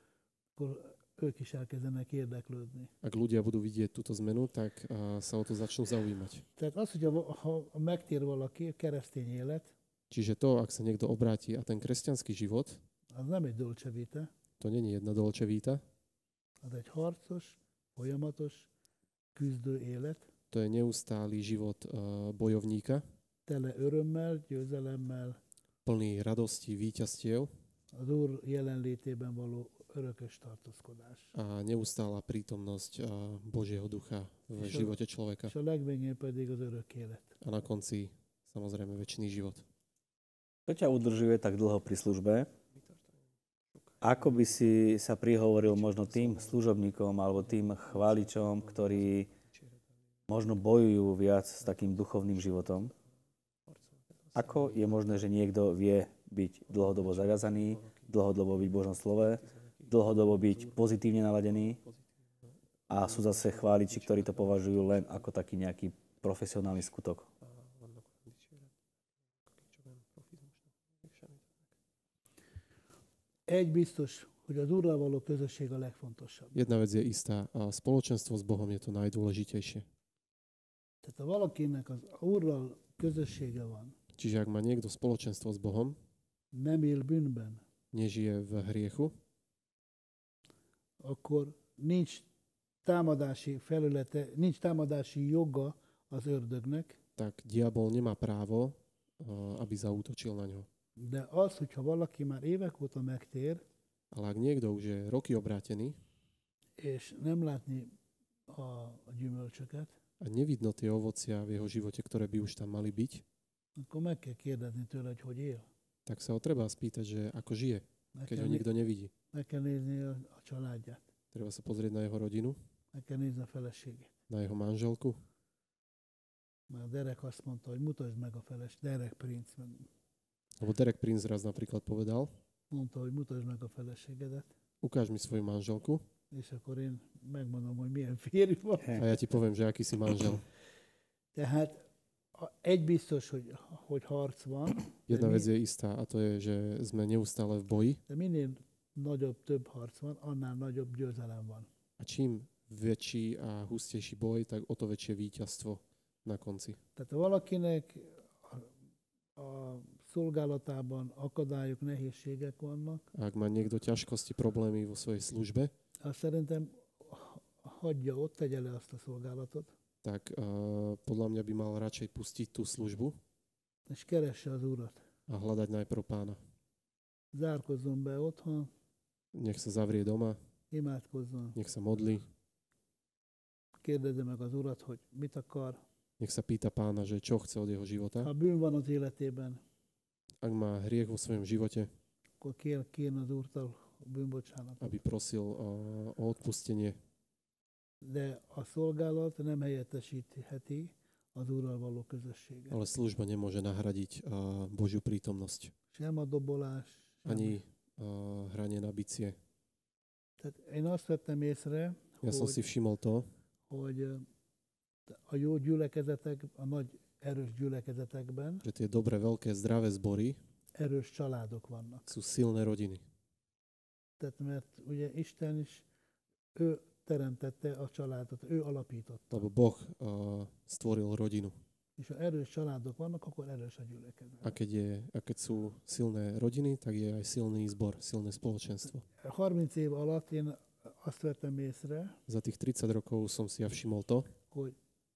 Speaker 2: akkor ők is elkezdenek érdeklődni.
Speaker 4: Ak ľudia budú vidieť túto zmenu, tak a, sa o to začnú zaujímať.
Speaker 2: Tehát az, hogy ha, ha megtér valaki keresztény élet,
Speaker 4: Čiže to, ak sa niekto obráti a ten kresťanský život,
Speaker 2: az nem egy dolce vita,
Speaker 4: to není jedna dolče víta,
Speaker 2: az egy harcos, folyamatos, küzdő élet,
Speaker 4: to je neustály život a, bojovníka,
Speaker 2: tele örömmel, győzelemmel,
Speaker 4: plný radosti, víťazstiev
Speaker 2: az Úr jelenlétében való örökös tartózkodás.
Speaker 4: a neustála prítomnosť a, Božieho ducha v
Speaker 2: Čo-
Speaker 4: živote človeka.
Speaker 2: És a legvégén pedig az örök élet.
Speaker 4: A na konci samozrejme väčší život.
Speaker 1: Čo ťa udržuje tak dlho pri službe? Ako by si sa prihovoril možno tým služobníkom alebo tým chváličom, ktorí možno bojujú viac s takým duchovným životom? Ako je možné, že niekto vie byť dlhodobo zaviazaný, dlhodobo byť v Božom slove, dlhodobo byť pozitívne naladený a sú zase chváliči, ktorí to považujú len ako taký nejaký profesionálny skutok?
Speaker 3: vannak
Speaker 2: Egy biztos, hogy az Urral való közösség a legfontosabb.
Speaker 4: Jedna vec je istá, a spoločenstvo s Bohom je to najdôležitejšie.
Speaker 2: Tehát ha valakinek az Urral közössége van,
Speaker 4: Čiže ak má niekto spoločenstvo s Bohom,
Speaker 2: nem él bűnben,
Speaker 4: nežije v hriechu,
Speaker 2: akkor nincs támadási felülete, nincs támadási joga az ördögnek,
Speaker 4: tak diabol nemá právo, eh, aby zaútočil na ňo.
Speaker 2: de az, hogyha valaki már évek óta megtér,
Speaker 4: Ale ak niekto už je roky obrátený
Speaker 2: és nem látni a, a gyümölcsöket,
Speaker 4: a nevidno tie ovocia v jeho živote, ktoré by už tam mali byť,
Speaker 2: akkor meg kell kérdezni tőle, hogy hogy él.
Speaker 4: tak sa ho treba spýtať, že ako žije,
Speaker 2: Meg
Speaker 4: keď
Speaker 2: kell,
Speaker 4: ho
Speaker 2: né-
Speaker 4: nikto nevidí.
Speaker 2: meg kell nézni a, a családját,
Speaker 4: Treba sa pozrieť na jeho rodinu,
Speaker 2: meg kell nézni a feleségét.
Speaker 4: na jeho manželku.
Speaker 2: Már Derek azt mondta, hogy mutasd meg a feles, Derek Prince meg-
Speaker 4: Lebo Derek Prince raz napríklad povedal,
Speaker 2: mondta, hogy mutasd meg a feleségedet,
Speaker 4: ukáž mi svoju manželku
Speaker 2: és akkor én megmondom, hogy milyen férj van.
Speaker 4: a ja ti poviem, že aký si manžel.
Speaker 2: Tehát a- egy biztos, hogy, hogy harc van,
Speaker 4: Jedna
Speaker 2: My-
Speaker 4: vec je istá a to je, že sme neustále v boji
Speaker 2: de minél nagyobb, több harc van, annál nagyobb győzelem van.
Speaker 4: a čím väčší a hustejší boj, tak o to väčšie víťazstvo na konci.
Speaker 2: Tehát ha valakinek a, a szolgálatában akadályok, nehézségek vannak,
Speaker 4: A ak má niekto ťažkosti, problémy vo svojej službe,
Speaker 2: azt szerintem ha- hagyja ott, tegye le azt a szolgálatot,
Speaker 4: tak uh, podľa mňa by mal radšej pustiť tú službu
Speaker 2: és keresse az Urat.
Speaker 4: a hľadať najprv pána.
Speaker 2: Zárkozzon be otthon,
Speaker 4: Nech sa zavrie doma,
Speaker 2: imádkozzon,
Speaker 4: nech sa modlí,
Speaker 2: kérdezze meg az Urat, hogy mit akar.
Speaker 4: nech sa pýta pána, že čo chce od jeho života.
Speaker 2: Ha bűn van az életében,
Speaker 4: Ak má hriech vo svojom živote,
Speaker 2: akkor kér, kérne az Úrtól a bűnbocsánatot.
Speaker 4: aby prosil uh, o odpustenie.
Speaker 2: De a szolgálat nem helyettesítheti az Úrral való közösséget.
Speaker 4: Ale služba nemôže nahradiť uh, Božiu prítomnosť.
Speaker 2: Sem a dobolás, sem.
Speaker 4: Ani uh, hranie na bicie.
Speaker 2: Tehát én azt vettem észre,
Speaker 4: Ja som si všimol to,
Speaker 2: hogy ö, a jó gyülekezetek, a nagy erős gyülekezetekben
Speaker 4: že tie dobré, veľké, zdravé zbory
Speaker 2: erős családok vannak.
Speaker 4: sú silné rodiny.
Speaker 2: Tehát mert ugye Isten is, ő teremtette a családot, ő alapította.
Speaker 4: Lebo Boh uh, stvoril rodinu.
Speaker 2: És ha erős családok vannak, akkor erős a gyülekezet.
Speaker 4: A keď, je, a keď sú silné rodiny, tak je aj silný zbor, silné spoločenstvo.
Speaker 2: 30 év alatt én azt vettem észre,
Speaker 4: Za tých 30 rokov som si ja všimol to,
Speaker 2: hogy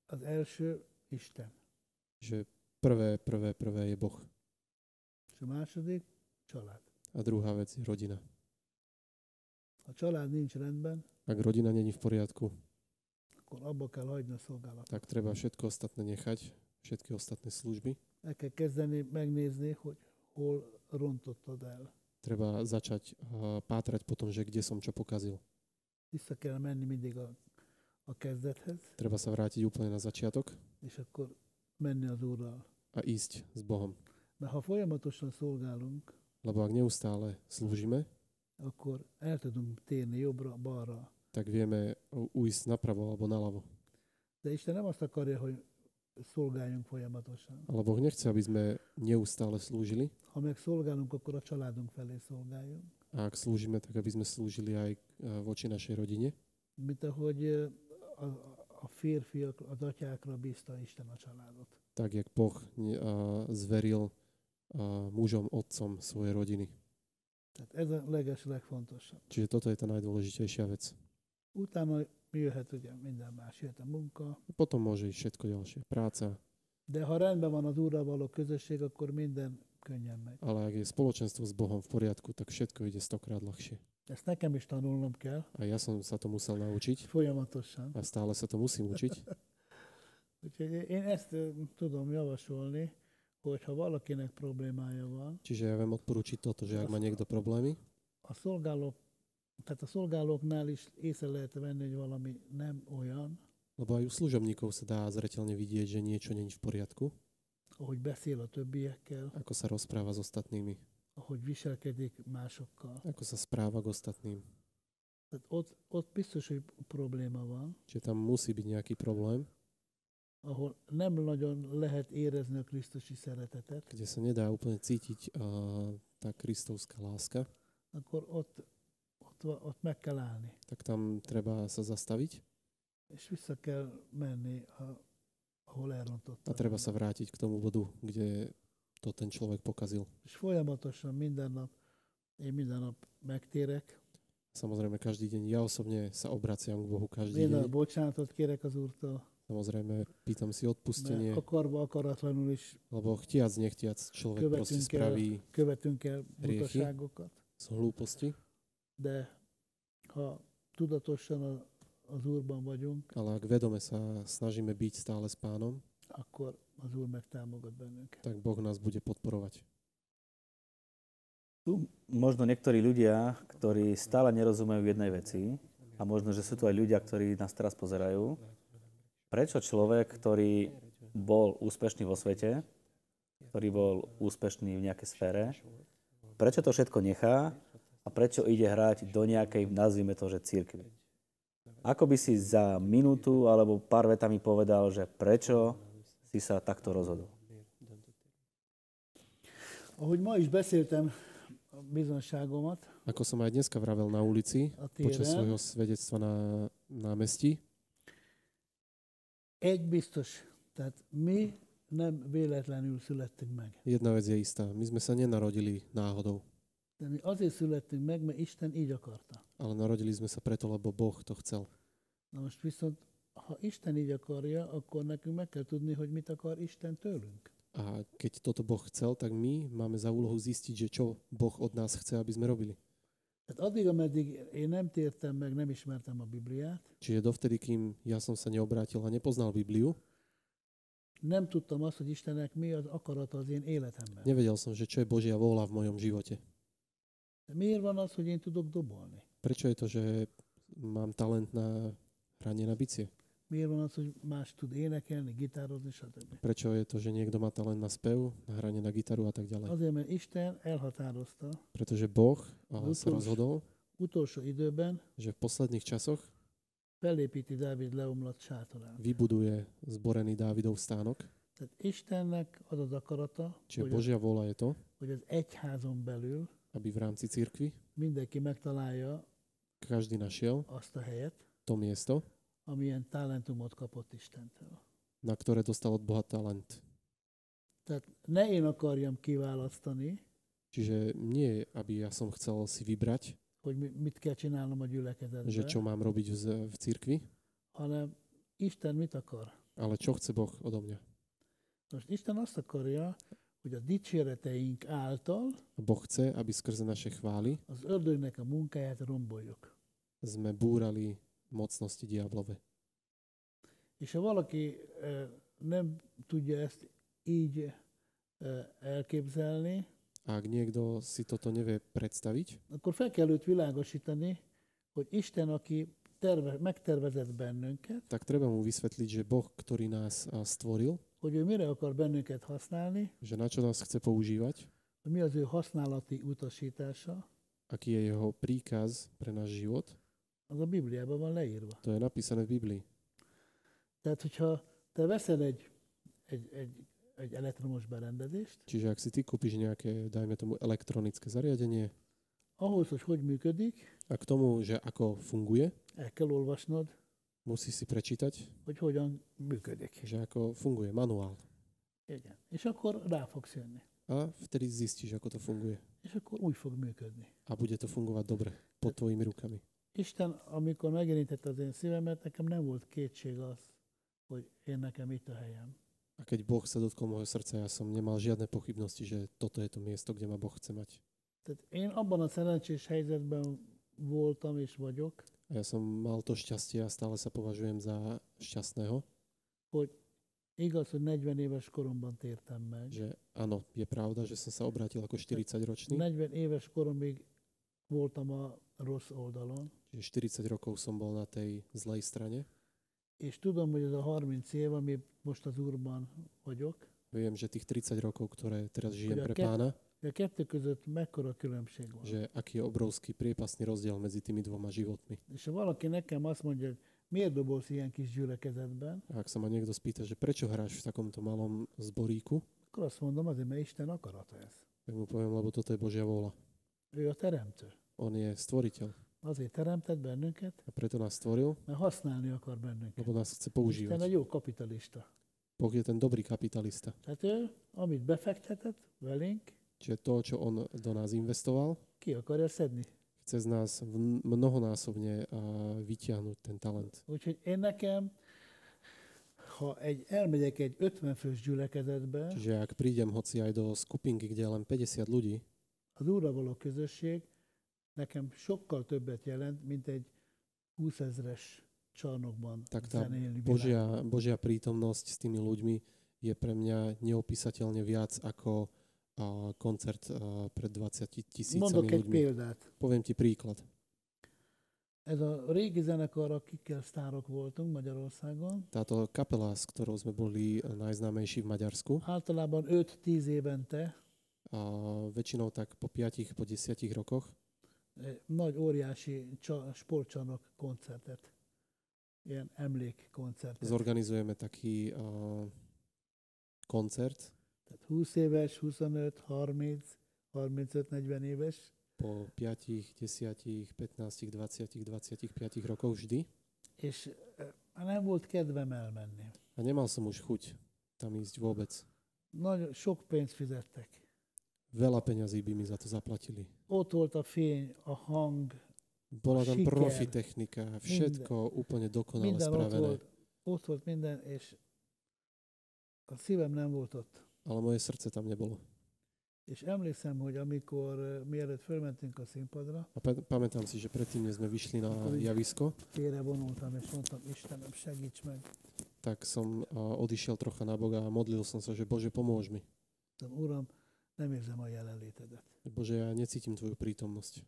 Speaker 2: az első Isten,
Speaker 4: že prvé, prvé, prvé je Boh.
Speaker 2: és a második család.
Speaker 4: A druhá vec je rodina.
Speaker 2: Ha a család nincs rendben,
Speaker 4: Ak rodina není v poriadku,
Speaker 2: akkor abba kell hagyni a szolgálatot.
Speaker 4: tak treba všetko ostatné nechať, všetky ostatné služby.
Speaker 2: El kell kezdeni megnézni, hogy hol rontottad el.
Speaker 4: Treba začať a, pátrať po tom, že kde som čo pokazil.
Speaker 2: vissza kell menni mindig a, a kezdethez,
Speaker 4: Treba sa vrátiť úplne na začiatok
Speaker 2: és akkor menni az Úrral.
Speaker 4: a ísť s Bohom.
Speaker 2: Mert ha folyamatosan szolgálunk,
Speaker 4: Lebo ak neustále slúžime,
Speaker 2: akkor el tudunk térni jobbra, balra.
Speaker 4: tak vieme u- uísť napravo alebo naľavo.
Speaker 2: De Isten nem azt akarja, hogy szolgáljunk folyamatosan.
Speaker 4: Ale Boh nechce, aby sme neustále slúžili.
Speaker 2: Ha meg szolgálunk, akkor a családunk felé szolgáljunk.
Speaker 4: A ak slúžime, tak aby sme slúžili aj e, voči našej rodine.
Speaker 2: Mint ahogy ö, a, a férfiak, az atyákra bízta Isten a családot.
Speaker 4: Tak, jak Boh ne- a, zveril a, mužom, otcom svojej rodiny.
Speaker 2: Tehát ez a leges, legfontosabb.
Speaker 4: Čiže toto je tá najdôležitejšia vec.
Speaker 2: Utána jöhet ugye minden más, jöhet a munka,
Speaker 4: Potom môže ísť všetko ďalšie. Práca,
Speaker 2: de ha rendben van az Úrral való közösség, akkor minden könnyen megy.
Speaker 4: ale ak je spoločenstvo s Bohom v poriadku, tak všetko ide stokrát ľahšie.
Speaker 2: Ezt nekem is tanulnom kell,
Speaker 4: A ja som sa to musel naučiť
Speaker 2: folyamatosan.
Speaker 4: a stále sa to musím učiť.
Speaker 2: Úgyhogy én ezt ö, tudom javasolni, hogy ha valakinek problémája van,
Speaker 4: Čiže ja viem odporučiť toto, že ak má niekto problémy,
Speaker 2: a szolgálók, tehát a szolgálóknál is észre lehet venni, hogy valami nem olyan,
Speaker 4: lebo aj u služobníkov sa dá zreteľne vidieť, že niečo není v poriadku,
Speaker 2: ahogy beszél a többiekkel,
Speaker 4: ako sa rozpráva s ostatnými,
Speaker 2: ahogy viselkedik másokkal.
Speaker 4: ako sa správa k ostatným.
Speaker 2: Tehát ott, ott biztos, hogy probléma van,
Speaker 4: Čiže tam musí byť nejaký problém,
Speaker 2: ahol nem nagyon lehet érezni a Krisztusi szeretetet,
Speaker 4: kde sa nedá úplne cítiť uh, tá eh, kristovská láska,
Speaker 2: akkor ott, ott, va- ott meg kell állni.
Speaker 4: tak tam treba sa zastaviť
Speaker 2: És vissza kell menni, a, ahol elrontottad.
Speaker 4: a treba sa vrátiť k tomu bodu, kde to ten človek pokazil.
Speaker 2: És folyamatosan minden nap, én minden nap megtérek,
Speaker 4: Samozrejme, každý deň. Ja osobne sa obraciam k Bohu každý
Speaker 2: minden nap
Speaker 4: deň.
Speaker 2: bocsánatot kérek az úrtól,
Speaker 4: Samozrejme, pýtam si odpustenie,
Speaker 2: mert akarva akaratlanul is
Speaker 4: lebo chtiac, nechtiac, človek
Speaker 2: Követünk
Speaker 4: proste
Speaker 2: el.
Speaker 4: spraví
Speaker 2: követünk el
Speaker 4: Réhi.
Speaker 2: butaságokat,
Speaker 4: z hlúposti,
Speaker 2: de ha tudatosan a, az Úrban vagyunk,
Speaker 4: ale ak vedome sa snažíme byť stále s pánom,
Speaker 2: akkor az Úr megtámogat bennünket.
Speaker 4: tak Boh nás bude podporovať.
Speaker 1: Možno niektorí ľudia, ktorí stále nerozumejú jednej veci, a možno, že sú tu aj ľudia, ktorí nás teraz pozerajú, prečo človek, ktorý bol úspešný vo svete, ktorý bol úspešný v nejakej sfére, prečo to všetko nechá a prečo ide hrať do nejakej, nazvime to, že církvy. Ako by si za minútu alebo pár vetami povedal, že prečo si sa takto rozhodol?
Speaker 2: Ahogy ma is beszéltem a bizonságomat
Speaker 4: Ako som aj dneska vravel na ulici,
Speaker 2: a
Speaker 4: počas
Speaker 2: téren,
Speaker 4: svojho svedectva na námestí,
Speaker 2: egy biztos, tehát mi nem véletlenül születtünk meg.
Speaker 4: jedna vec je istá. My sme sa nenarodili náhodou,
Speaker 2: De mi azért születtünk meg, mert Isten így akarta.
Speaker 4: ale narodili sme sa preto, lebo Boh to chcel.
Speaker 2: Na most viszont, ha Isten így akarja, akkor nekünk meg kell tudni, hogy mit akar Isten tőlünk.
Speaker 4: A keď toto Boh chcel, tak my máme za úlohu zistiť, že čo Boh od nás chce, aby sme robili.
Speaker 2: Tehát addig, ameddig én nem tértem meg, nem ismertem a Bibliát,
Speaker 4: Čiže dovtedy, kým ja som sa neobrátil a nepoznal Bibliu,
Speaker 2: Nem tudtam azt, hogy Istennek mi az akarata az én életemben.
Speaker 4: nevedel som, že čo je Božia vôľa v mojom živote.
Speaker 2: De miért van az, hogy én tudok dobolni?
Speaker 4: Prečo je to, že mám talent na hranie na bicie?
Speaker 2: Miért van az, hogy más tud énekelni, gitározni, stb.
Speaker 4: Prečo je to, že niekto má talent na spev, na hranie na gitaru a tak ďalej?
Speaker 2: Azért, mert Isten elhatározta
Speaker 4: Pretože Boh
Speaker 2: No
Speaker 4: a, sa
Speaker 2: to už-
Speaker 4: rozhodol,
Speaker 2: utolsó időben
Speaker 4: že v posledných časoch
Speaker 2: felépíti Dávid leomlott sátorát.
Speaker 4: vybuduje zborený Dávidov stánok.
Speaker 2: Tehát Istennek az az akarata,
Speaker 4: Čiže
Speaker 2: hogy,
Speaker 4: Božia vôľa je to,
Speaker 2: hogy az egyházon belül
Speaker 4: aby v rámci cirkvi
Speaker 2: mindenki megtalálja
Speaker 4: každý našiel
Speaker 2: azt a helyet,
Speaker 4: to miesto,
Speaker 2: amilyen talentumot kapott Istentől.
Speaker 4: na ktoré dostal od Boha talent.
Speaker 2: Tehát ne én akarjam kiválasztani,
Speaker 4: Čiže nie, aby ja som chcel si vybrať,
Speaker 2: hogy mi- mit kell csinálnom a gyülekezetben,
Speaker 4: že čo mám robiť v, z- v cirkvi,
Speaker 2: hanem Isten mit akar?
Speaker 4: ale čo chce Boh odo mňa.
Speaker 2: Most Isten azt akarja, hogy a dicséreteink által
Speaker 4: Boh chce, aby skrze naše chvály
Speaker 2: az ördögnek a munkáját romboljuk.
Speaker 4: sme búrali mocnosti diablove.
Speaker 2: És ha valaki eh, nem tudja ezt így eh, elképzelni,
Speaker 4: A ak niekto si toto nevie predstaviť,
Speaker 2: akkor fel kell őt világosítani, hogy Isten, aki terve, megtervezett bennünket,
Speaker 4: tak treba mu vysvetliť, že Boh, ktorý nás a, stvoril,
Speaker 2: hogy ő mire akar bennünket használni,
Speaker 4: že na čo nás chce používať,
Speaker 2: hogy mi az ő használati utasítása,
Speaker 4: aký je jeho príkaz pre náš život,
Speaker 2: az a Bibliában van leírva.
Speaker 4: to je napísané v Biblii.
Speaker 2: Tehát, hogyha te veszel egy, egy, egy, egy elektromos berendezést,
Speaker 4: Čiže ak si ty kúpiš nejaké, dajme tomu, elektronické zariadenie
Speaker 2: ahhoz, hogy hogy működik,
Speaker 4: a k tomu, že ako funguje,
Speaker 2: el kell olvasnod,
Speaker 4: musí si prečítať
Speaker 2: hogy hogyan működik.
Speaker 4: že ako funguje manuál.
Speaker 2: Igen. És akkor rá fogsz jönni.
Speaker 4: A vtedy zistíš, ako to funguje.
Speaker 2: És akkor úgy fog működni.
Speaker 4: A bude to fungovať dobre pod tvojimi rukami.
Speaker 2: Isten, amikor megérintette az én szívemet, nekem nem volt kétség az, hogy én nekem itt a helyem.
Speaker 4: A keď Boh sa dotkol môjho srdca, ja som nemal žiadne pochybnosti, že toto je to miesto, kde ma Boh chce mať.
Speaker 2: Tehát én abban a szerencsés helyzetben voltam és vagyok,
Speaker 4: A ja som mal to šťastie a stále sa považujem za šťastného,
Speaker 2: igaz, hogy 40 éves koromban tértem meg.
Speaker 4: že áno, je pravda, že som sa obrátil ako 40-ročný,
Speaker 2: 40 éves koromig voltam a rossz oldalon,
Speaker 4: že 40 rokov som bol na tej zlej strane.
Speaker 2: és tudom, hogy ez a 30 év, ami most az úrban vagyok,
Speaker 4: Viem, že tých 30 rokov, ktoré teraz žijem
Speaker 2: Chudiaké.
Speaker 4: pre pána,
Speaker 2: hogy a kettő között mekkora különbség van.
Speaker 4: že aký je obrovský priepasný rozdiel medzi tými dvoma životmi.
Speaker 2: És ha valaki nekem azt mondja, hogy miért dobolsz ilyen kis gyülekezetben,
Speaker 4: A Ak sa ma niekto spýta, že prečo hráš v takomto malom zboríku,
Speaker 2: akkor azt mondom, azért, mert Isten akarata ez.
Speaker 4: tak mu poviem, lebo toto je Božia vôľa.
Speaker 2: Ő a teremtő.
Speaker 4: On je stvoriteľ.
Speaker 2: Azért teremtett bennünket,
Speaker 4: A preto nás stvoril,
Speaker 2: mert használni akar bennünket.
Speaker 4: lebo nás
Speaker 2: Isten
Speaker 4: chce
Speaker 2: egy
Speaker 4: používať.
Speaker 2: jó kapitalista.
Speaker 4: Boh je ten dobrý kapitalista.
Speaker 2: Tehát ő, amit befektetett velénk,
Speaker 4: Čiže to, čo on do nás investoval,
Speaker 2: ki akarja szedni.
Speaker 4: chce z nás v- mnohonásobne a, vytiahnuť ten talent.
Speaker 2: Úgyhogy én nekem, ha egy, elmegyek egy 50 fős gyülekezetbe,
Speaker 4: Čiže ak prídem hoci aj do skupinky, kde je len 50 ľudí,
Speaker 2: az úrra való közösség nekem sokkal többet jelent, mint egy 20 ezres csarnokban
Speaker 4: Tak tá
Speaker 2: zenélni. világ.
Speaker 4: Božia, Božia prítomnosť s tými ľuďmi je pre mňa neopísateľne viac ako a, koncert a, pred 20 tisícami
Speaker 2: Mondok egy
Speaker 4: ľuďmi.
Speaker 2: példát.
Speaker 4: Poviem ti príklad.
Speaker 2: Ez a régi zenekar, akikkel sztárok voltunk Magyarországon,
Speaker 4: Táto kapela, s ktorou sme boli najznámejší v Maďarsku,
Speaker 2: általában 5-10 évente
Speaker 4: a väčšinou tak po 5 po 10 rokoch
Speaker 2: eh, nagy, óriási csa, sportcsarnok koncertet, ilyen emlékkoncertet.
Speaker 4: zorganizujeme taký a, koncert
Speaker 2: Tehát 20 éves, 25, 30, 35, 40 éves,
Speaker 4: po 5, 10, 15, 20, 25 rokoch vždy.
Speaker 2: és eh, már nem volt kedvem elmenni.
Speaker 4: A nemal som už chuť tam ísť vôbec.
Speaker 2: Nagyon sok pénzt fizettek.
Speaker 4: Veľa peňazí by mi za to zaplatili.
Speaker 2: Ott volt a fény, a hang,
Speaker 4: Bola tam
Speaker 2: Šiker.
Speaker 4: profi technika, všetko úplne dokonale
Speaker 2: minden ott
Speaker 4: spravené,
Speaker 2: volt, ott volt minden, és a szívem nem volt ott.
Speaker 4: ale moje srdce tam nebolo.
Speaker 2: És emlékszem, hogy amikor, eh, mielőtt fölmentünk a színpadra,
Speaker 4: A pa- pamätám si, že predtým, než sme vyšli na
Speaker 2: Takový-
Speaker 4: javisko,
Speaker 2: félre vonultam, és mondtam, Istenem, segíts meg.
Speaker 4: tak som a, odišiel trocha na Boga a modlil som sa, že Bože, pomôž mi.
Speaker 2: Mondtam, Uram, nem érzem a jelenlétedet.
Speaker 4: Bože, ja necítim Tvoju prítomnosť.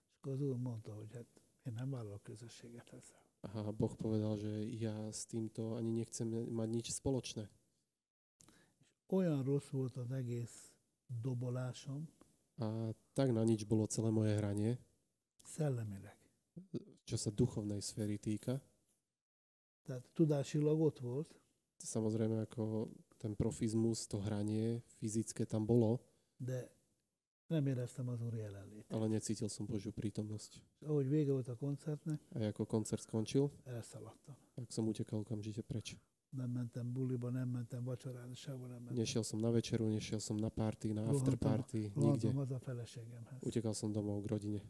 Speaker 2: És akkor az Úr mondta, hogy hát én nem vállalok közösséget ezzel.
Speaker 4: A Boh povedal, že ja s týmto ani nechcem mať nič spoločné.
Speaker 2: Olyan rossz volt az egész dobolásom,
Speaker 4: A tak na nič bolo celé moje hranie,
Speaker 2: szellemileg.
Speaker 4: čo sa duchovnej sféry týka.
Speaker 2: Tehát tudásilag ott volt,
Speaker 4: Samozrejme, ako ten profizmus, to hranie fyzické tam bolo,
Speaker 2: de nem éreztem az úr jelenlétét.
Speaker 4: ale necítil som Božiu prítomnosť.
Speaker 2: És ahogy vége volt a koncertnek,
Speaker 4: A ako koncert skončil,
Speaker 2: elszaladtam.
Speaker 4: tak som utekal okamžite preč.
Speaker 2: Nem mentem buliba, nem mentem vacsorára, sehol nem mentem.
Speaker 4: Nešiel som na večeru, nešiel som na party, na
Speaker 2: Rohantam-
Speaker 4: afterparty, nikde.
Speaker 2: Rohantam haza a feleségemhez.
Speaker 4: Utekal som domov k rodine.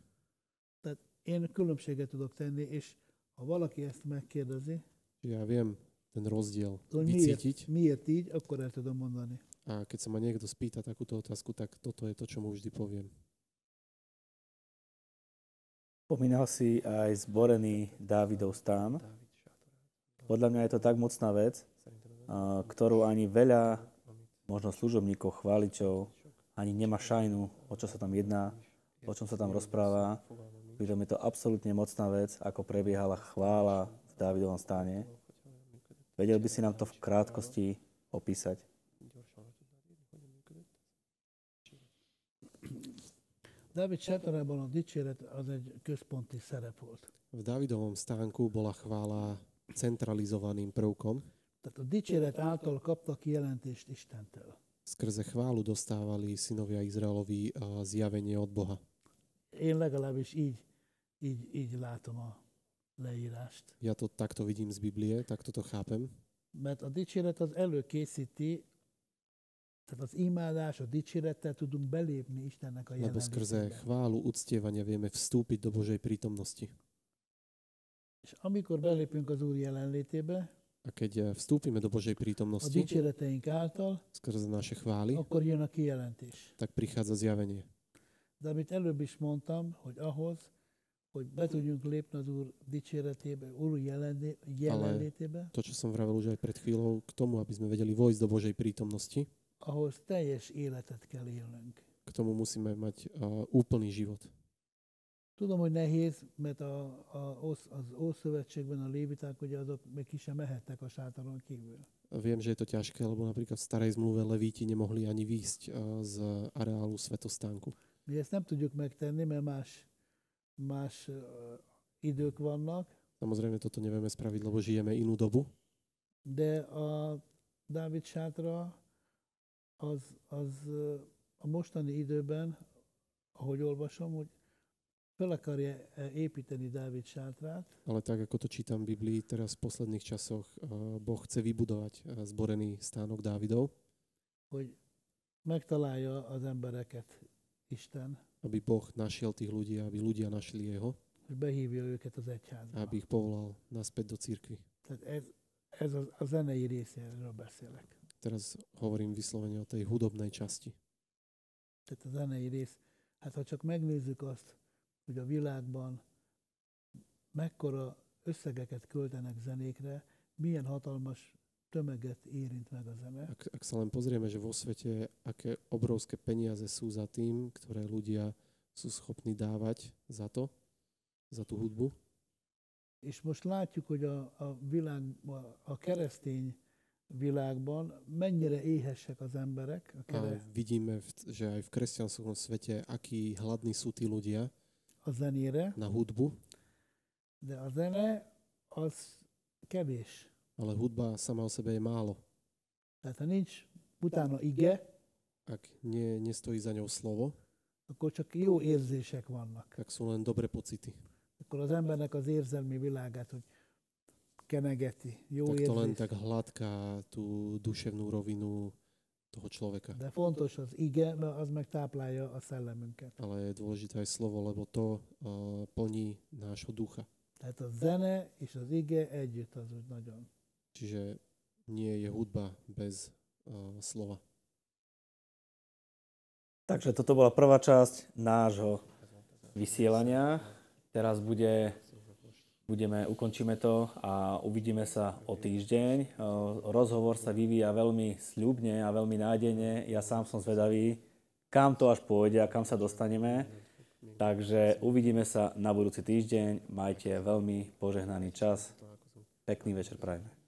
Speaker 2: Én különbséget tudok tenni, és ha valaki ezt megkérdezi,
Speaker 4: Čiže ja viem ten rozdiel
Speaker 2: hogy miért,
Speaker 4: vycítiť
Speaker 2: miért így, akkor el tudom mondani.
Speaker 4: a keď sa ma niekto spýta takúto otázku, tak toto je to, čo mu vždy poviem.
Speaker 1: Pomínal si aj zborený Dávidov stán.
Speaker 3: Dávid sátor.
Speaker 1: Podľa mňa je to tak mocná vec,
Speaker 3: Szerintem ez
Speaker 1: a, ktorú ani veľa,
Speaker 3: amit
Speaker 1: možno služobníkov, chváličov,
Speaker 3: sok.
Speaker 1: ani nemá šajnu, o čo sa tam jedná, o čom sa tam rozpráva.
Speaker 3: Fogalmam nincs.
Speaker 1: Pritom je to absolútne mocná vec, ako prebiehala chvála v Dávidovom stáne. Vedel by si nám to v krátkosti opísať.
Speaker 3: Gyorsan le tudnád írni, hogyan működött?
Speaker 2: Dávid Sátorában a dicséret az egy központi szerep volt.
Speaker 4: V Dávidovom stánku bola chvála centralizovaným prvkom.
Speaker 2: Tehát a dicséret által kaptak jelentést Istentől.
Speaker 4: Skrze chválu dostávali synovia Izraelovi a zjavenie od Boha.
Speaker 2: Én legalábbis így, így, így látom a leírást.
Speaker 4: Ja to takto vidím z Biblie, takto to chápem.
Speaker 2: Mert a dicséret az előkészíti, tehát az imádás, a dicsérettel tudunk belépni Istennek a
Speaker 4: Lebo skrze
Speaker 2: jelenlétébe.
Speaker 4: chválu uctievania vieme vstúpiť do Božej prítomnosti.
Speaker 2: És amikor belépünk az Úr jelenlétébe,
Speaker 4: A keď eh, vstúpime do
Speaker 2: a
Speaker 4: Božej prítomnosti
Speaker 2: dicséreteink által,
Speaker 4: skrze naše chvály,
Speaker 2: akkor jön a kijelentés.
Speaker 4: tak prichádza zjavenie.
Speaker 2: De amit előbb is mondtam, hogy ahhoz, hogy be tudjunk lépni az Úr dicséretébe, Úr jelenlé- jelenlétébe,
Speaker 4: To, čo som vravel už aj pred chvíľou, k tomu, aby sme vedeli vojsť do Božej prítomnosti,
Speaker 2: ahhoz teljes életet kell élnünk.
Speaker 4: k tomu musíme mať eh, úplný život.
Speaker 2: Tudom, hogy nehéz, mert a, a, Ósz- az Ószövetségben a léviták, ugye azok még ki sem mehettek a sátoron kívül.
Speaker 4: Viem, že je to ťažké, lebo napríklad v starej zmluve levíti nemohli ani výjsť eh, z areálu svetostánku.
Speaker 2: Mi ezt nem tudjuk megtenni, mert más, más ö, idők vannak,
Speaker 4: Samozrejme, toto nevieme spraviť, lebo žijeme inú dobu,
Speaker 2: de a Dávid sátra az, az ö, a mostani időben, ahogy olvasom, hogy fel akarja eh, építeni Dávid sátrát,
Speaker 4: Ale tak, ako to čítam v Biblii, teraz v posledných časoch eh, Boh chce vybudovať eh, zborený stánok Dávidov,
Speaker 2: hogy megtalálja az embereket Isten,
Speaker 4: aby Boh našiel tých ľudí, aby ľudia našli jeho,
Speaker 2: hogy behívja őket az egyházba.
Speaker 4: aby ich povolal naspäť do cirkvi.
Speaker 2: Tehát ez, ez a, a zenei részéről beszélek.
Speaker 4: Teraz hovorím vyslovene o tej hudobnej časti.
Speaker 2: Tehát a zenei rész, hát ha csak megnézzük azt, hogy a világban mekkora összegeket költenek zenékre, milyen hatalmas tömeget érint meg a zene,
Speaker 4: Ak, ak sa len pozrieme, že vo svete, aké obrovské peniaze sú za tým, ktoré ľudia sú schopní dávať za to, za tú hudbu.
Speaker 2: és most látjuk, hogy a, a világ, a, a keresztény világban mennyire éhesek az emberek, a,
Speaker 4: A
Speaker 2: kere,
Speaker 4: vidíme, v- že aj v kresťanskom svete, akí hladní sú tí ľudia
Speaker 2: a zenére,
Speaker 4: na hudbu,
Speaker 2: de a zene az kevés.
Speaker 4: ale hudba sama o sebe je málo.
Speaker 2: Tehát ha nincs utána ige,
Speaker 4: Ak nie, nestojí za ňou slovo,
Speaker 2: akkor csak jó érzések vannak.
Speaker 4: tak sú len dobré pocity.
Speaker 2: akkor az embernek az érzelmi világát, hogy kenegeti, jó
Speaker 4: tak to len
Speaker 2: érzés.
Speaker 4: tak hladká tú duševnú rovinu toho človeka.
Speaker 2: De fontos az ige, mert az meg táplálja a szellemünket.
Speaker 4: Ale je dôležité aj slovo, lebo to uh, plní nášho ducha.
Speaker 2: Tehát a zene és az ige együtt az úgy nagyon.
Speaker 4: Čiže nie je hudba bez uh, slova.
Speaker 1: Takže toto bola prvá časť nášho vysielania. Teraz bude, budeme, ukončíme to a uvidíme sa o týždeň. Eh, Rozhovor sa vyvíja veľmi sľubne a veľmi nádejne. Ja sám som zvedavý, kam to až pôjde a kam sa dostaneme. Takže uvidíme sa na budúci týždeň. Majte veľmi požehnaný čas. Pekný večer prajeme.